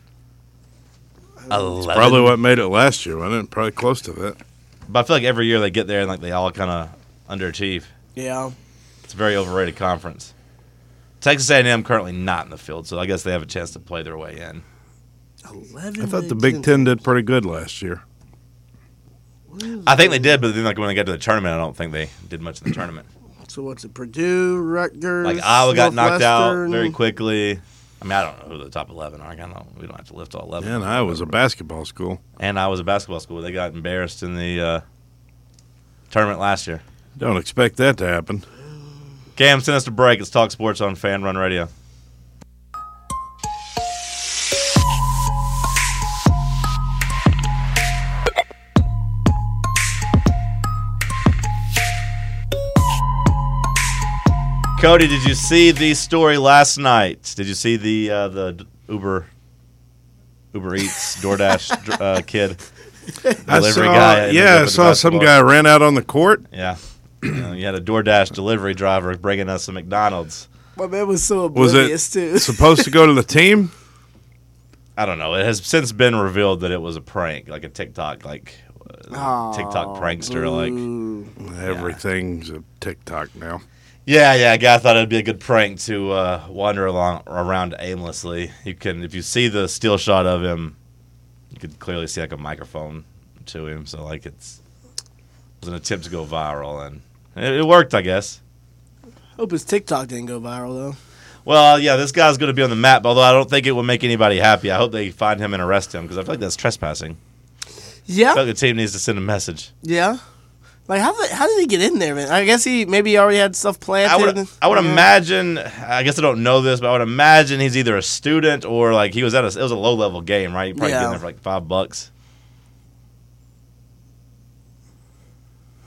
Speaker 5: 11
Speaker 6: Probably what made it last year, wasn't it? Probably close to that.
Speaker 5: But I feel like every year they get there and like they all kind of underachieve.
Speaker 7: yeah,
Speaker 5: It's a very overrated conference. Texas A&M currently not in the field, so I guess they have a chance to play their way in.
Speaker 7: eleven.
Speaker 6: I thought the Big Ten did pretty good last year.
Speaker 5: I think they did, but then like when they got to the tournament, I don't think they did much in the tournament.
Speaker 7: So what's it? Purdue, Rutgers.
Speaker 5: Like Iowa got knocked out
Speaker 7: Northwestern.
Speaker 5: very quickly. I mean, I don't know who the top 11 are. I don't, we don't have to lift all 11.
Speaker 6: Man, I was a basketball school.
Speaker 5: And I was a basketball school. They got embarrassed in the uh, tournament last year.
Speaker 6: Don't expect that to happen.
Speaker 5: Cam, send us to break. It's Talk Sports on Fan Run Radio. Cody, did you see the story last night? Did you see the uh, the Uber Uber Eats DoorDash dr- uh, kid?
Speaker 6: I
Speaker 5: Delivery
Speaker 6: saw,
Speaker 5: guy ended up
Speaker 6: yeah, I
Speaker 5: with a
Speaker 6: saw some guy
Speaker 5: basketball.
Speaker 6: ran out on the court.
Speaker 5: Yeah, you, know, you had a DoorDash delivery driver bringing us some McDonald's.
Speaker 7: My man was so
Speaker 6: Was it-
Speaker 7: oblivious too.
Speaker 6: Supposed to go to the team.
Speaker 5: I don't know. It has since been revealed that it was a prank, like a TikTok, like uh, TikTok prankster. Like,
Speaker 6: Everything's a TikTok now.
Speaker 5: yeah, yeah. Guy thought it'd be a good prank to uh, wander along around aimlessly. You can, if you see the still shot of him, you could clearly see like a microphone to him. So like, it's it was an attempt to go viral, and it, it worked, I guess.
Speaker 7: Hope his TikTok didn't go viral though.
Speaker 5: Well, uh, yeah, this guy's going to be on the map, although I don't think it will make anybody happy. I hope they find him and arrest him because I feel like that's trespassing. I feel
Speaker 7: Yeah,
Speaker 5: like the team needs to send a message.
Speaker 7: yeah. Like how the, how did he get in there, man? I guess he maybe he already had stuff planted.
Speaker 5: I would
Speaker 7: and-
Speaker 5: I would
Speaker 7: Yeah.
Speaker 5: imagine I guess I don't know this, but I would imagine he's either a student or like he was at a it was a low level game, right? You probably
Speaker 7: Yeah.
Speaker 5: getting there for like five bucks.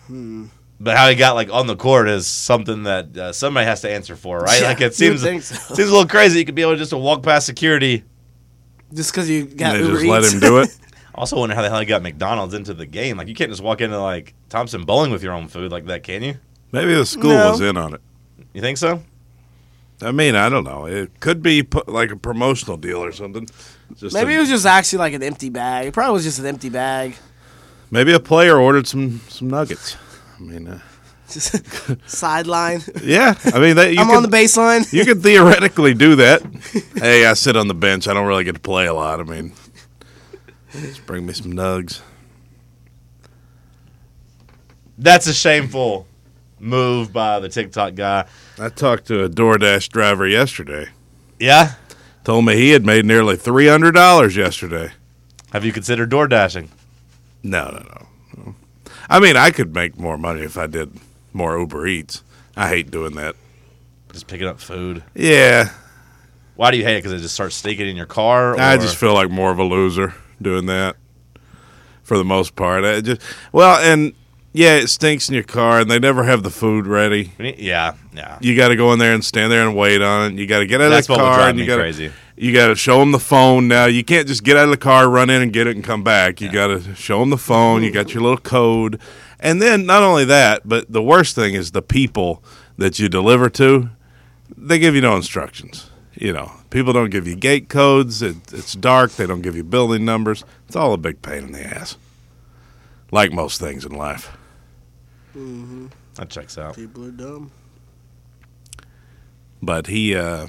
Speaker 7: Hmm.
Speaker 5: But how he got like on the court is something that uh, somebody has to answer for, right?
Speaker 7: Yeah,
Speaker 5: like it
Speaker 7: you would
Speaker 5: seems
Speaker 7: think so.
Speaker 5: seems a little crazy. You could be able to just to walk past security.
Speaker 7: just because you got
Speaker 6: they
Speaker 7: Uber
Speaker 6: just let
Speaker 7: Eats.
Speaker 6: him do it.
Speaker 5: I also wonder how the hell he got McDonald's into the game. Like you can't just walk into like Thompson Bowling with your own food like that, can you?
Speaker 6: Maybe the school
Speaker 7: No.
Speaker 6: was in on it.
Speaker 5: You think so?
Speaker 6: I mean, I don't know. It could be pu- like a promotional deal or something. Just
Speaker 7: Maybe
Speaker 6: a,
Speaker 7: it was just actually like an empty bag. It probably was just an empty bag.
Speaker 6: maybe a player ordered some some nuggets. I mean, uh,
Speaker 7: Just sideline.
Speaker 6: yeah. I mean, that, you
Speaker 7: I'm
Speaker 6: can,
Speaker 7: on the baseline.
Speaker 6: You could theoretically do that. hey, I sit on the bench. I don't really get to play a lot. I mean, Just bring me some nugs.
Speaker 5: That's a shameful move by the TikTok guy.
Speaker 6: I talked to a DoorDash driver yesterday.
Speaker 5: Yeah.
Speaker 6: Told me he had made nearly three hundred dollars yesterday.
Speaker 5: Have you considered door dashing?
Speaker 6: No, no, no. I mean, I could make more money if I did more Uber Eats. I hate doing that.
Speaker 5: Just picking up food.
Speaker 6: Yeah,
Speaker 5: Why do you hate it? Because it just starts sneaking in your car. Or...
Speaker 6: I just feel like more of a loser doing that for the most part. I just well, and yeah, it stinks in your car, and they never have the food ready.
Speaker 5: Yeah, yeah.
Speaker 6: You got to go in there and stand there and wait on it. You got to get out
Speaker 5: That's
Speaker 6: of
Speaker 5: what
Speaker 6: the
Speaker 5: would
Speaker 6: car,
Speaker 5: drive
Speaker 6: and you
Speaker 5: me
Speaker 6: got
Speaker 5: crazy.
Speaker 6: You got to show them the phone now. You can't just get out of the car, run in, and get it, and come back. You got to show them the phone. You got your little code, and then not only that, but the worst thing is the people that you deliver to. They give you no instructions. You know, people don't give you gate codes. It, it's dark. They don't give you building numbers. It's all a big pain in the ass. Like most things in life.
Speaker 5: That checks out.
Speaker 7: People are dumb.
Speaker 6: but he uh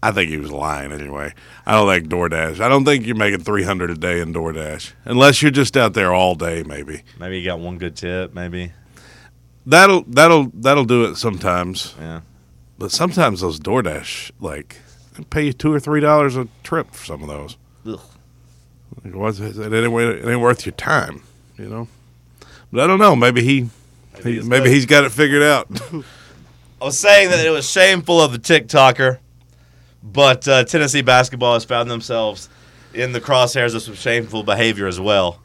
Speaker 6: I think he was lying anyway. I don't think DoorDash. I don't think you're making 300 a day in DoorDash unless you're just out there all day maybe.
Speaker 5: Maybe you got one good tip. Maybe.
Speaker 6: That'll that'll that'll do it sometimes.
Speaker 5: Yeah.
Speaker 6: But sometimes those DoorDash like they pay you 2 or 3 dollars a trip for some of those.
Speaker 5: Ugh.
Speaker 6: Like, what's it, it ain't wa- it ain't worth your time, you know. But I don't know, maybe he
Speaker 5: Maybe
Speaker 6: maybe,
Speaker 5: it's
Speaker 6: he, maybe
Speaker 5: good.
Speaker 6: he's got it figured out.
Speaker 5: I was saying that it was shameful of the TikToker, but uh, Tennessee basketball has found themselves in the crosshairs of some shameful behavior as well.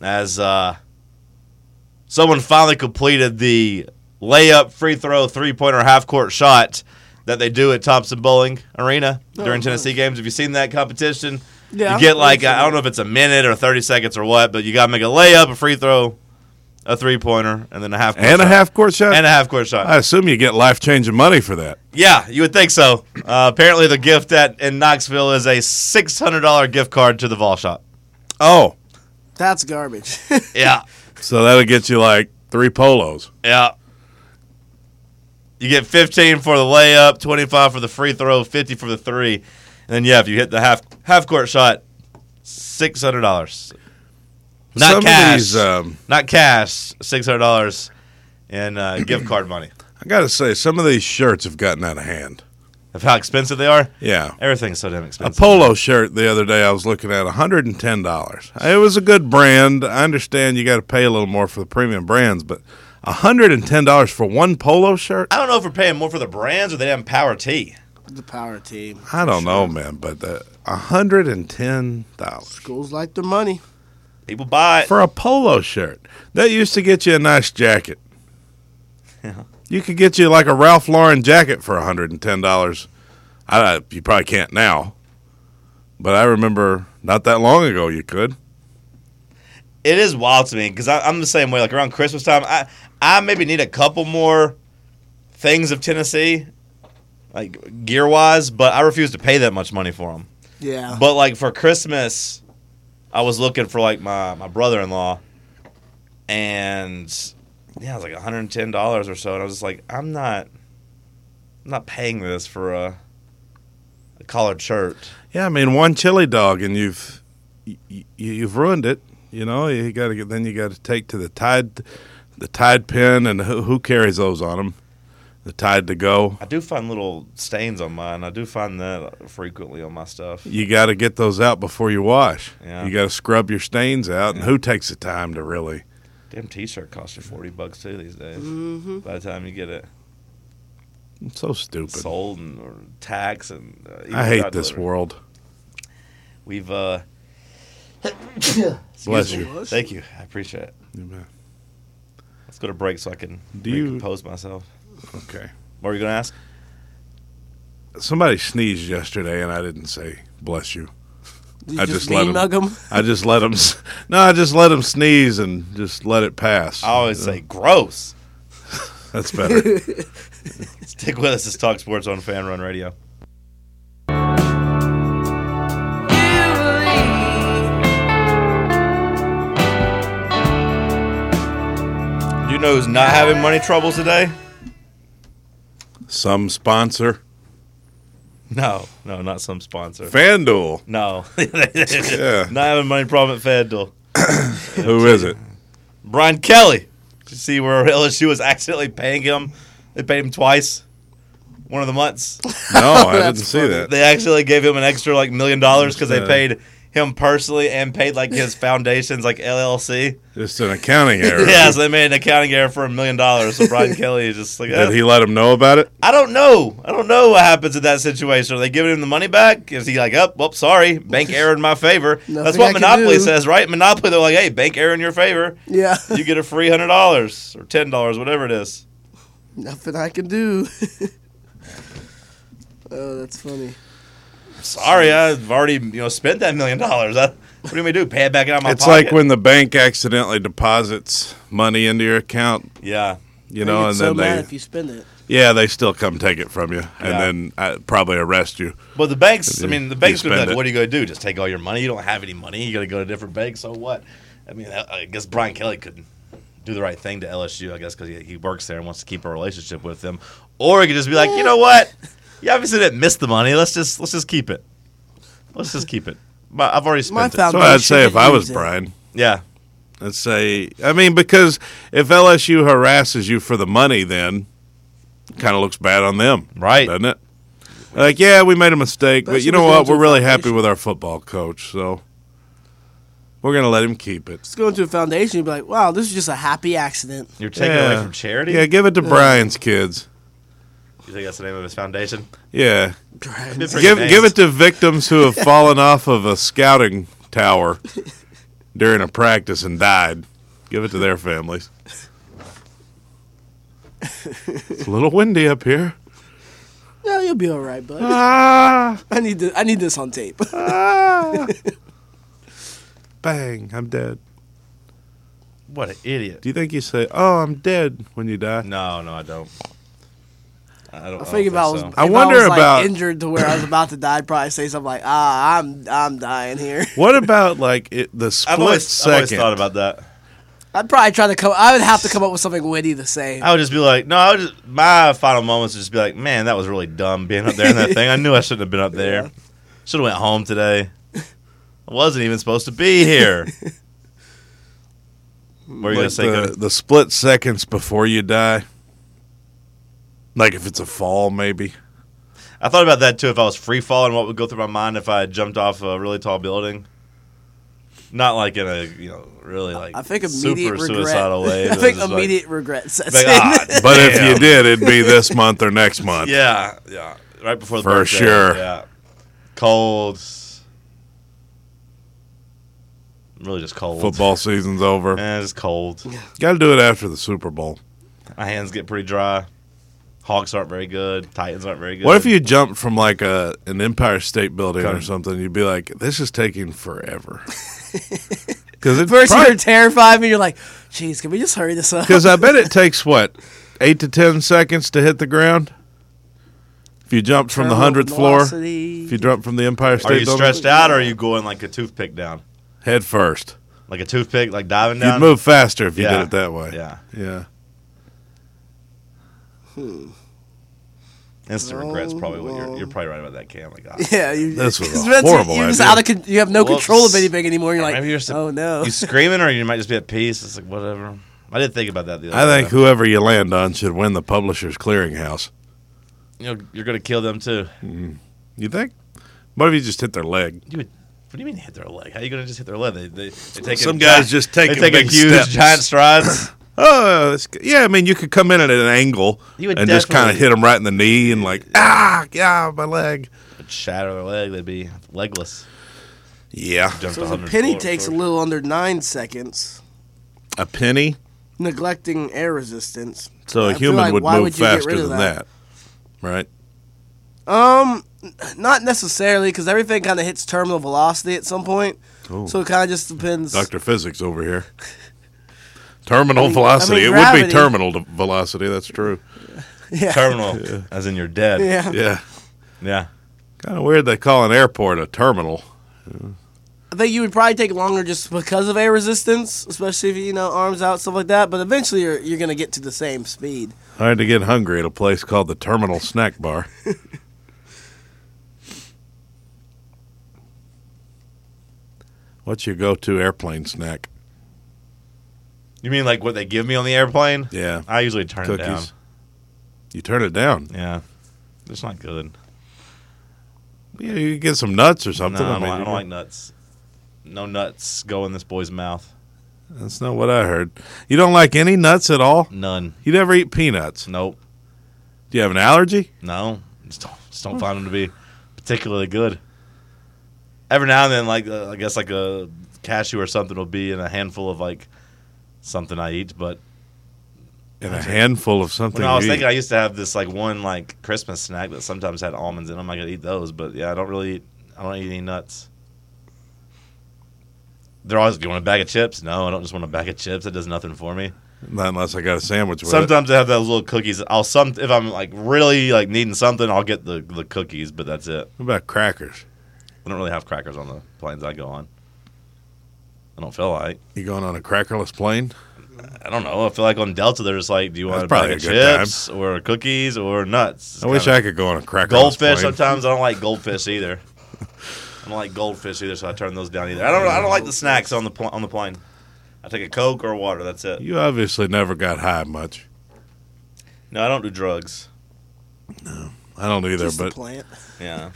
Speaker 5: As uh, someone finally completed the layup, free throw, three pointer, half court shot that they do at Thompson Bowling Arena during Tennessee games. Have you seen that competition?
Speaker 7: Oh, Yeah,
Speaker 5: You get like,
Speaker 7: I've seen
Speaker 5: I don't know if it's a minute or 30 seconds or what, but you got to make a layup, a free throw, a three pointer, and then a half court
Speaker 6: and a
Speaker 5: shot.
Speaker 6: half court shot.
Speaker 5: And a half court shot.
Speaker 6: I assume you get life-changing money for that.
Speaker 5: Yeah, you would think so. Uh, apparently, the gift at in Knoxville is a six hundred dollar gift card to the Vol Shop.
Speaker 6: Oh,
Speaker 7: That's garbage.
Speaker 5: Yeah,
Speaker 6: So that'll get you like three polos.
Speaker 5: yeah. You get fifteen for the layup, twenty five for the free throw, fifty for the three, and then yeah, if you hit the half half court shot, six hundred dollars. Not
Speaker 6: Some of
Speaker 5: cash.
Speaker 6: these, um,
Speaker 5: not cash. Six hundred dollars in uh, gift card money.
Speaker 6: I gotta say, some of these shirts have gotten out of hand.
Speaker 5: Of how expensive they are.
Speaker 6: Yeah.
Speaker 5: Everything's so damn
Speaker 6: A
Speaker 5: expensive.
Speaker 6: polo shirt the other day I was looking at $110. It was a good brand. I understand you got to pay a little more for the premium brands, but $110 for one polo shirt?
Speaker 5: I don't know if we're paying more for the brands or they damn power tee.
Speaker 7: the power team.
Speaker 6: I don't know, man, but uh, $110
Speaker 7: Schools like their money.
Speaker 5: People buy it.
Speaker 6: for a polo shirt. That used to get you a nice jacket. You could get you like a Ralph Lauren jacket for $110. I, you probably can't now. But I remember not that long ago you could.
Speaker 5: it is wild to me because I'm the same way. Like around Christmas time, I I maybe need a couple more things of Tennessee, like gear wise, but I refuse to pay that much money for them.
Speaker 7: Yeah.
Speaker 5: But like for Christmas, I was looking for like my my brother in law, and yeah, it was like 110 dollars or so, and I was just like, I'm not, I'm not paying this for a, a collared shirt.
Speaker 6: Yeah, I mean one chili dog and you've you, you've ruined it. You know, you got to get then you got to take to the tide the tide pin and who, who carries those on them? The tide to go.
Speaker 5: I do find little stains on mine. I do find that frequently on my stuff.
Speaker 6: you got to get those out before you wash.
Speaker 5: Yeah.
Speaker 6: You got to scrub your stains out, and who takes the time to really?
Speaker 5: Damn t-shirt costs you 40 bucks too these days. By the time you get it
Speaker 6: It's so stupid.
Speaker 5: sold and or tax and uh, even
Speaker 6: I hate
Speaker 5: without
Speaker 6: this
Speaker 5: delivery.
Speaker 6: world.
Speaker 5: We've uh
Speaker 6: Bless
Speaker 5: excuse
Speaker 6: you.
Speaker 5: me. Thank you. I appreciate it. Let's go to break so I can
Speaker 6: Do you-
Speaker 5: recompose myself.
Speaker 6: Okay.
Speaker 5: What were you going to ask?
Speaker 6: Somebody sneezed yesterday, and I didn't say bless you.
Speaker 7: Did you
Speaker 6: I just let
Speaker 7: mean
Speaker 6: him-
Speaker 7: mug 'em?
Speaker 6: I just let them. No, I just let them sneeze and just let it pass.
Speaker 5: I always say gross.
Speaker 6: that's better.
Speaker 5: Stick with us. It's Talk Sports on Fan Run Radio. Do you know who's not having money troubles today?
Speaker 6: Some sponsor.
Speaker 5: No, no, not some sponsor.
Speaker 6: FanDuel.
Speaker 5: no,
Speaker 6: Yeah.
Speaker 5: not having money problem at FanDuel.
Speaker 6: Who is it?
Speaker 5: Brian Kelly. Did you see where LSU was accidentally paying him? They paid him twice. One of the months,
Speaker 6: No, I didn't see that.
Speaker 5: they actually gave him an extra like million dollars because they
Speaker 6: Uh.
Speaker 5: paid him personally and paid like his foundation's like LLC.
Speaker 6: Just an accounting error.
Speaker 5: Yeah, so they made an accounting error for a million dollars. So Brian Kelly is just like, "Eh,
Speaker 6: Did he let him know about it?
Speaker 5: I don't know. I don't know what happens in that situation. Are they giving him the money back? Is he like, oh, well, sorry, bank error in my favor? That's
Speaker 7: Nothing
Speaker 5: what
Speaker 7: I can
Speaker 5: Monopoly
Speaker 7: do.
Speaker 5: says, right? Monopoly, they're like, hey, bank error in your favor.
Speaker 7: Yeah.
Speaker 5: You get a free hundred dollars or ten dollars, whatever it is.
Speaker 7: Nothing I can do. oh, that's funny.
Speaker 5: Sorry, I've already you know spent that million dollars. I- What do we do? Pay it back out of my
Speaker 6: It's
Speaker 5: pocket?
Speaker 6: like when the bank accidentally deposits money into your account,
Speaker 5: yeah,
Speaker 6: you
Speaker 7: They
Speaker 6: know,
Speaker 7: get
Speaker 6: and
Speaker 7: so
Speaker 6: then
Speaker 7: mad
Speaker 6: they
Speaker 7: if you spend it.
Speaker 6: yeah they still come take it from you and
Speaker 5: Yeah.
Speaker 6: then uh, probably arrest you.
Speaker 5: but the banks. I mean, the
Speaker 6: You
Speaker 5: banks would be
Speaker 6: spend
Speaker 5: like,
Speaker 6: it.
Speaker 5: what are you going to do? Just take all your money? You don't have any money. You got to go to different banks. So what? I mean, I I guess Brian Kelly could do the right thing to LSU, I guess, because he, he works there and wants to keep a relationship with them. Or he could just be like, you know what? You obviously didn't miss the money. Let's just let's just keep it. Let's just keep it. But I've already spent
Speaker 7: My
Speaker 5: it.
Speaker 7: found-
Speaker 6: So I'd
Speaker 7: They
Speaker 6: say if
Speaker 7: shouldn't
Speaker 6: I
Speaker 7: use
Speaker 6: was
Speaker 7: it.
Speaker 6: Brian,
Speaker 5: yeah,
Speaker 6: I'd say I mean because if LSU harasses you for the money, then kind of looks bad on them,
Speaker 5: Right.
Speaker 6: Doesn't it? Like yeah, we made a mistake, but
Speaker 7: Especially
Speaker 6: you know
Speaker 7: if
Speaker 6: what?
Speaker 7: it's a
Speaker 6: We're really happy
Speaker 7: foundation.
Speaker 6: with our football coach, so we're gonna let him keep it.
Speaker 7: Just going to a foundation, you'd be like, wow, this is just a happy accident.
Speaker 5: you're taking
Speaker 6: yeah.
Speaker 5: away from charity.
Speaker 6: Yeah, give it to Brian's kids.
Speaker 5: You think that's the name of his foundation?
Speaker 6: Yeah,
Speaker 5: Give,
Speaker 6: give give it to victims who have fallen off of a scouting tower during a practice and died. Give it to their families. It's a little windy up here.
Speaker 7: No, you'll be all right, bud.
Speaker 6: Ah,
Speaker 7: I need this, I need this on tape.
Speaker 6: ah. Bang, I'm dead.
Speaker 5: What an idiot.
Speaker 6: Do you think you say, "Oh, I'm dead" when you die?
Speaker 5: No, no, I don't. I don't. I
Speaker 7: I think if I was,
Speaker 5: so.
Speaker 7: if
Speaker 6: I wonder
Speaker 7: was, like,
Speaker 6: about-
Speaker 7: injured to where I was about to die. I'd probably say something like, "Ah, I'm I'm dying here."
Speaker 6: What about like it, the split
Speaker 5: I've always, I've always
Speaker 6: 2nd
Speaker 5: thought about that.
Speaker 7: I'd probably try to come. I would have to come up with something witty to say.
Speaker 5: I would just be like, no, I would just, my final moments would just be like, man, that was really dumb being up there in that thing. I knew I shouldn't have been up there. Should have went home today. I wasn't even supposed to be here. What are you gonna
Speaker 6: like
Speaker 5: say?
Speaker 6: the,
Speaker 5: Cody?
Speaker 6: the split seconds before you die? Like if it's a fall, maybe.
Speaker 5: I thought about that too. If I was free falling, what would go through my mind if I had jumped off a really tall building? Not like in a you know really like
Speaker 7: I think
Speaker 5: super
Speaker 7: immediate regret.
Speaker 5: suicidal way.
Speaker 7: I
Speaker 5: but
Speaker 7: think
Speaker 5: just like-
Speaker 7: immediate regret sets
Speaker 5: like,
Speaker 7: in.
Speaker 5: ah,
Speaker 6: But if
Speaker 5: damn.
Speaker 6: you did, it'd be this month or next month.
Speaker 5: Yeah, yeah. Right before the
Speaker 6: For
Speaker 5: birthday,
Speaker 6: sure.
Speaker 5: Yeah. Cold. Really just cold.
Speaker 6: Football season's over.
Speaker 5: Eh, it's cold.
Speaker 6: Got to do it after the Super Bowl.
Speaker 5: My hands get pretty dry. Hawks aren't very good. Titans aren't very good.
Speaker 6: What if you jumped from like a an Empire State Building or
Speaker 5: Come.
Speaker 6: something? You'd be like, "This is taking forever." Because it
Speaker 7: First, you're terrified, and you're like, "Jeez, can we just hurry this up?"
Speaker 6: because I bet it takes what eight to ten seconds to hit the ground. If you jumped from the hundredth floor, if
Speaker 7: Velocity.
Speaker 6: you jumped from the Empire
Speaker 5: Are
Speaker 6: State
Speaker 5: you
Speaker 6: Building,
Speaker 5: stretched out or are you going like a toothpick down?
Speaker 6: head first,
Speaker 5: Like a toothpick, like diving
Speaker 6: you'd
Speaker 5: down?
Speaker 6: move faster if you
Speaker 5: Yeah.
Speaker 6: did it that way.
Speaker 5: Yeah.
Speaker 6: yeah.
Speaker 5: Instant regrets, probably what you're, you're probably right about that, Cam. Like, ah.
Speaker 7: Yeah, you,
Speaker 6: This was a
Speaker 7: it's meant to-
Speaker 6: horrible
Speaker 7: You're just
Speaker 6: idea.
Speaker 7: out of con- you have no control of
Speaker 5: Whoops.
Speaker 7: anything anymore. You're like,
Speaker 5: Maybe you're so-
Speaker 7: "Oh no!"
Speaker 5: You screaming or you might just be at peace? It's like, whatever. I did think about that the other
Speaker 6: I think
Speaker 5: day.
Speaker 6: whoever you land on should win the Publishers Clearinghouse.
Speaker 5: You know, you're going to kill them too.
Speaker 6: You think? What if you just hit their leg?
Speaker 5: You would, what do you mean hit their leg? How are you gonna just hit their leg? They, they, they take
Speaker 6: Some
Speaker 5: a
Speaker 6: guys
Speaker 5: giant-
Speaker 6: just
Speaker 5: they
Speaker 6: taking
Speaker 5: take a
Speaker 6: big
Speaker 5: huge
Speaker 6: steps.
Speaker 5: giant strides.
Speaker 6: Oh, that's g- yeah. I mean, you could come in at an angle
Speaker 5: You would
Speaker 6: and just kind of
Speaker 5: definitely-
Speaker 6: hit them right in the knee and like, ah, yeah, my leg.
Speaker 5: Would shatter their leg. They'd be legless.
Speaker 6: Yeah,
Speaker 5: Jumped
Speaker 7: so if a
Speaker 5: 100
Speaker 7: penny
Speaker 5: floor-
Speaker 7: takes a
Speaker 5: floor.
Speaker 7: little under nine seconds.
Speaker 6: a penny.
Speaker 7: Neglecting air resistance.
Speaker 6: So a
Speaker 7: I feel
Speaker 6: human
Speaker 7: like
Speaker 6: would
Speaker 7: why
Speaker 6: move
Speaker 7: would you get
Speaker 6: faster
Speaker 7: rid of
Speaker 6: than
Speaker 7: that?
Speaker 6: that. right?
Speaker 7: Um, not necessarily, because everything kind of hits terminal velocity at some point. So it kind of just depends.
Speaker 6: Doctor Physics over here. Terminal
Speaker 7: I mean-
Speaker 6: velocity.
Speaker 7: I mean,
Speaker 6: it would
Speaker 7: gravity-
Speaker 6: be terminal to- velocity. That's true.
Speaker 7: Yeah.
Speaker 5: terminal, as in you're dead.
Speaker 7: yeah.
Speaker 6: Yeah,
Speaker 5: Yeah.
Speaker 6: kind of weird. They call an airport a terminal.
Speaker 7: I think you would probably take longer just because of air resistance, especially if you you know arms out stuff like that. But eventually, you're you're gonna get to the same speed.
Speaker 6: I had to get hungry at a place called the Terminal Snack Bar. What's your go-to airplane snack?
Speaker 5: You mean like what they give me on the airplane?
Speaker 6: Yeah,
Speaker 5: I usually turn it down.
Speaker 6: cookies. You turn it down.
Speaker 5: Yeah, it's not good.
Speaker 6: You, you get some nuts or
Speaker 5: No,
Speaker 6: something.
Speaker 5: I don't,
Speaker 6: mean,
Speaker 5: like, I
Speaker 6: you-
Speaker 5: don't like nuts. No nuts go in this boy's mouth.
Speaker 6: That's not what I heard. You don't like any nuts at all.
Speaker 5: None.
Speaker 6: You never eat peanuts.
Speaker 5: Nope.
Speaker 6: Do you have an allergy?
Speaker 5: No. Just don't, just don't find them to be particularly good. Every now and then, like uh, I guess like a cashew or something will be in a handful of like something I eat, but
Speaker 6: And a handful of something.
Speaker 5: When I was
Speaker 6: you
Speaker 5: thinking, I
Speaker 6: eat.
Speaker 5: used to have this like one like Christmas snack that sometimes had almonds in them. I could eat those, but yeah, I don't really. Eat, I don't eat any nuts. They're always. Do you want a bag of chips? No, I don't just want a bag of chips. That does nothing for me.
Speaker 6: Not unless I got a sandwich. With it.
Speaker 5: Sometimes I have those little cookies. I'll some if I'm like really like needing something, I'll get the the cookies, but that's it.
Speaker 6: What about crackers?
Speaker 5: I don't really have crackers on the planes I go on. I don't feel like.
Speaker 6: You going on a crackerless plane?
Speaker 5: I don't know. I feel like on Delta, they're just like, do you want
Speaker 6: That's
Speaker 5: a bag
Speaker 6: probably
Speaker 5: of
Speaker 6: a good
Speaker 5: chips or cookies or nuts? It's
Speaker 6: I wish
Speaker 5: kinda-
Speaker 6: I could go on a crackerless
Speaker 5: Goldfish.
Speaker 6: plane.
Speaker 5: Sometimes I don't like goldfish either. I don't like goldfish either, so I turn those down either. I don't. I don't like the snacks on the pl- on the plane. I take a coke or water. That's it.
Speaker 6: You obviously never got high much.
Speaker 5: No, I don't do drugs.
Speaker 6: I don't either,
Speaker 7: Just the
Speaker 6: but
Speaker 7: plant.
Speaker 5: Yeah.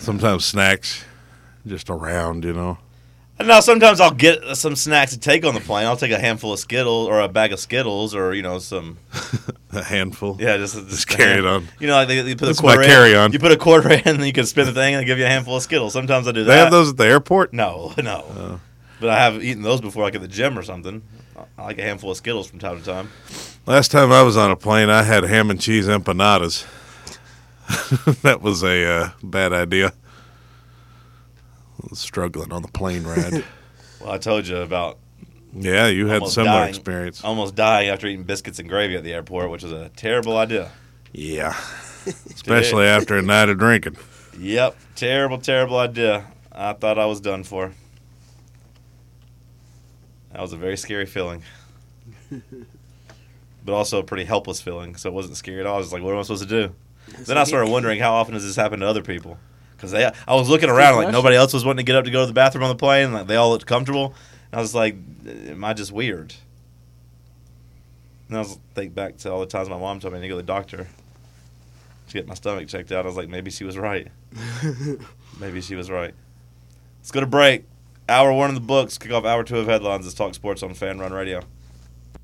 Speaker 6: sometimes snacks just around, you know.
Speaker 5: And now sometimes I'll get some snacks to take on the plane. I'll take a handful of Skittles or a bag of Skittles or you know some
Speaker 6: A handful.
Speaker 5: yeah just just,
Speaker 6: carry it on.
Speaker 5: You know, like they, you put
Speaker 6: That's
Speaker 5: a
Speaker 6: my
Speaker 5: quarter in-
Speaker 6: carry-on.
Speaker 5: You put a quarter in, and then you can spin the thing, and they give you a handful of Skittles. Sometimes I do that.
Speaker 6: They have those Oh. at the airport?
Speaker 5: No, no. But I have eaten those before, like at the gym or something. I- I like a handful of Skittles from time to time.
Speaker 6: Last time I was on a plane, I had ham and cheese empanadas. that was a uh, bad idea. I was struggling on the plane ride.
Speaker 5: Well, I told you about
Speaker 6: yeah, you had
Speaker 5: almost
Speaker 6: similar
Speaker 5: dying,
Speaker 6: experience.
Speaker 5: Almost dying after eating biscuits and gravy at the airport, which is a terrible idea.
Speaker 6: Yeah. Especially after a night of drinking.
Speaker 5: Yep, terrible, terrible idea. I thought I was done for. That was a very scary feeling, but also a pretty helpless feeling. So it wasn't scary at all. I was just like, "What am I supposed to do?" then I started wondering how often does this happen to other people? Because they, I was looking around like
Speaker 7: question.
Speaker 5: nobody else was wanting to get up to go to the bathroom on the plane. Like they all looked comfortable, and I was like, "Am I just weird?" And I was think back to all the times my mom told me I need to go to the doctor to get my stomach checked out. I was like, maybe she was right. maybe she was right. Let's go to break. Hour one of the books. Kick off hour two of headlines. Let's talk sports on Fan Run Radio.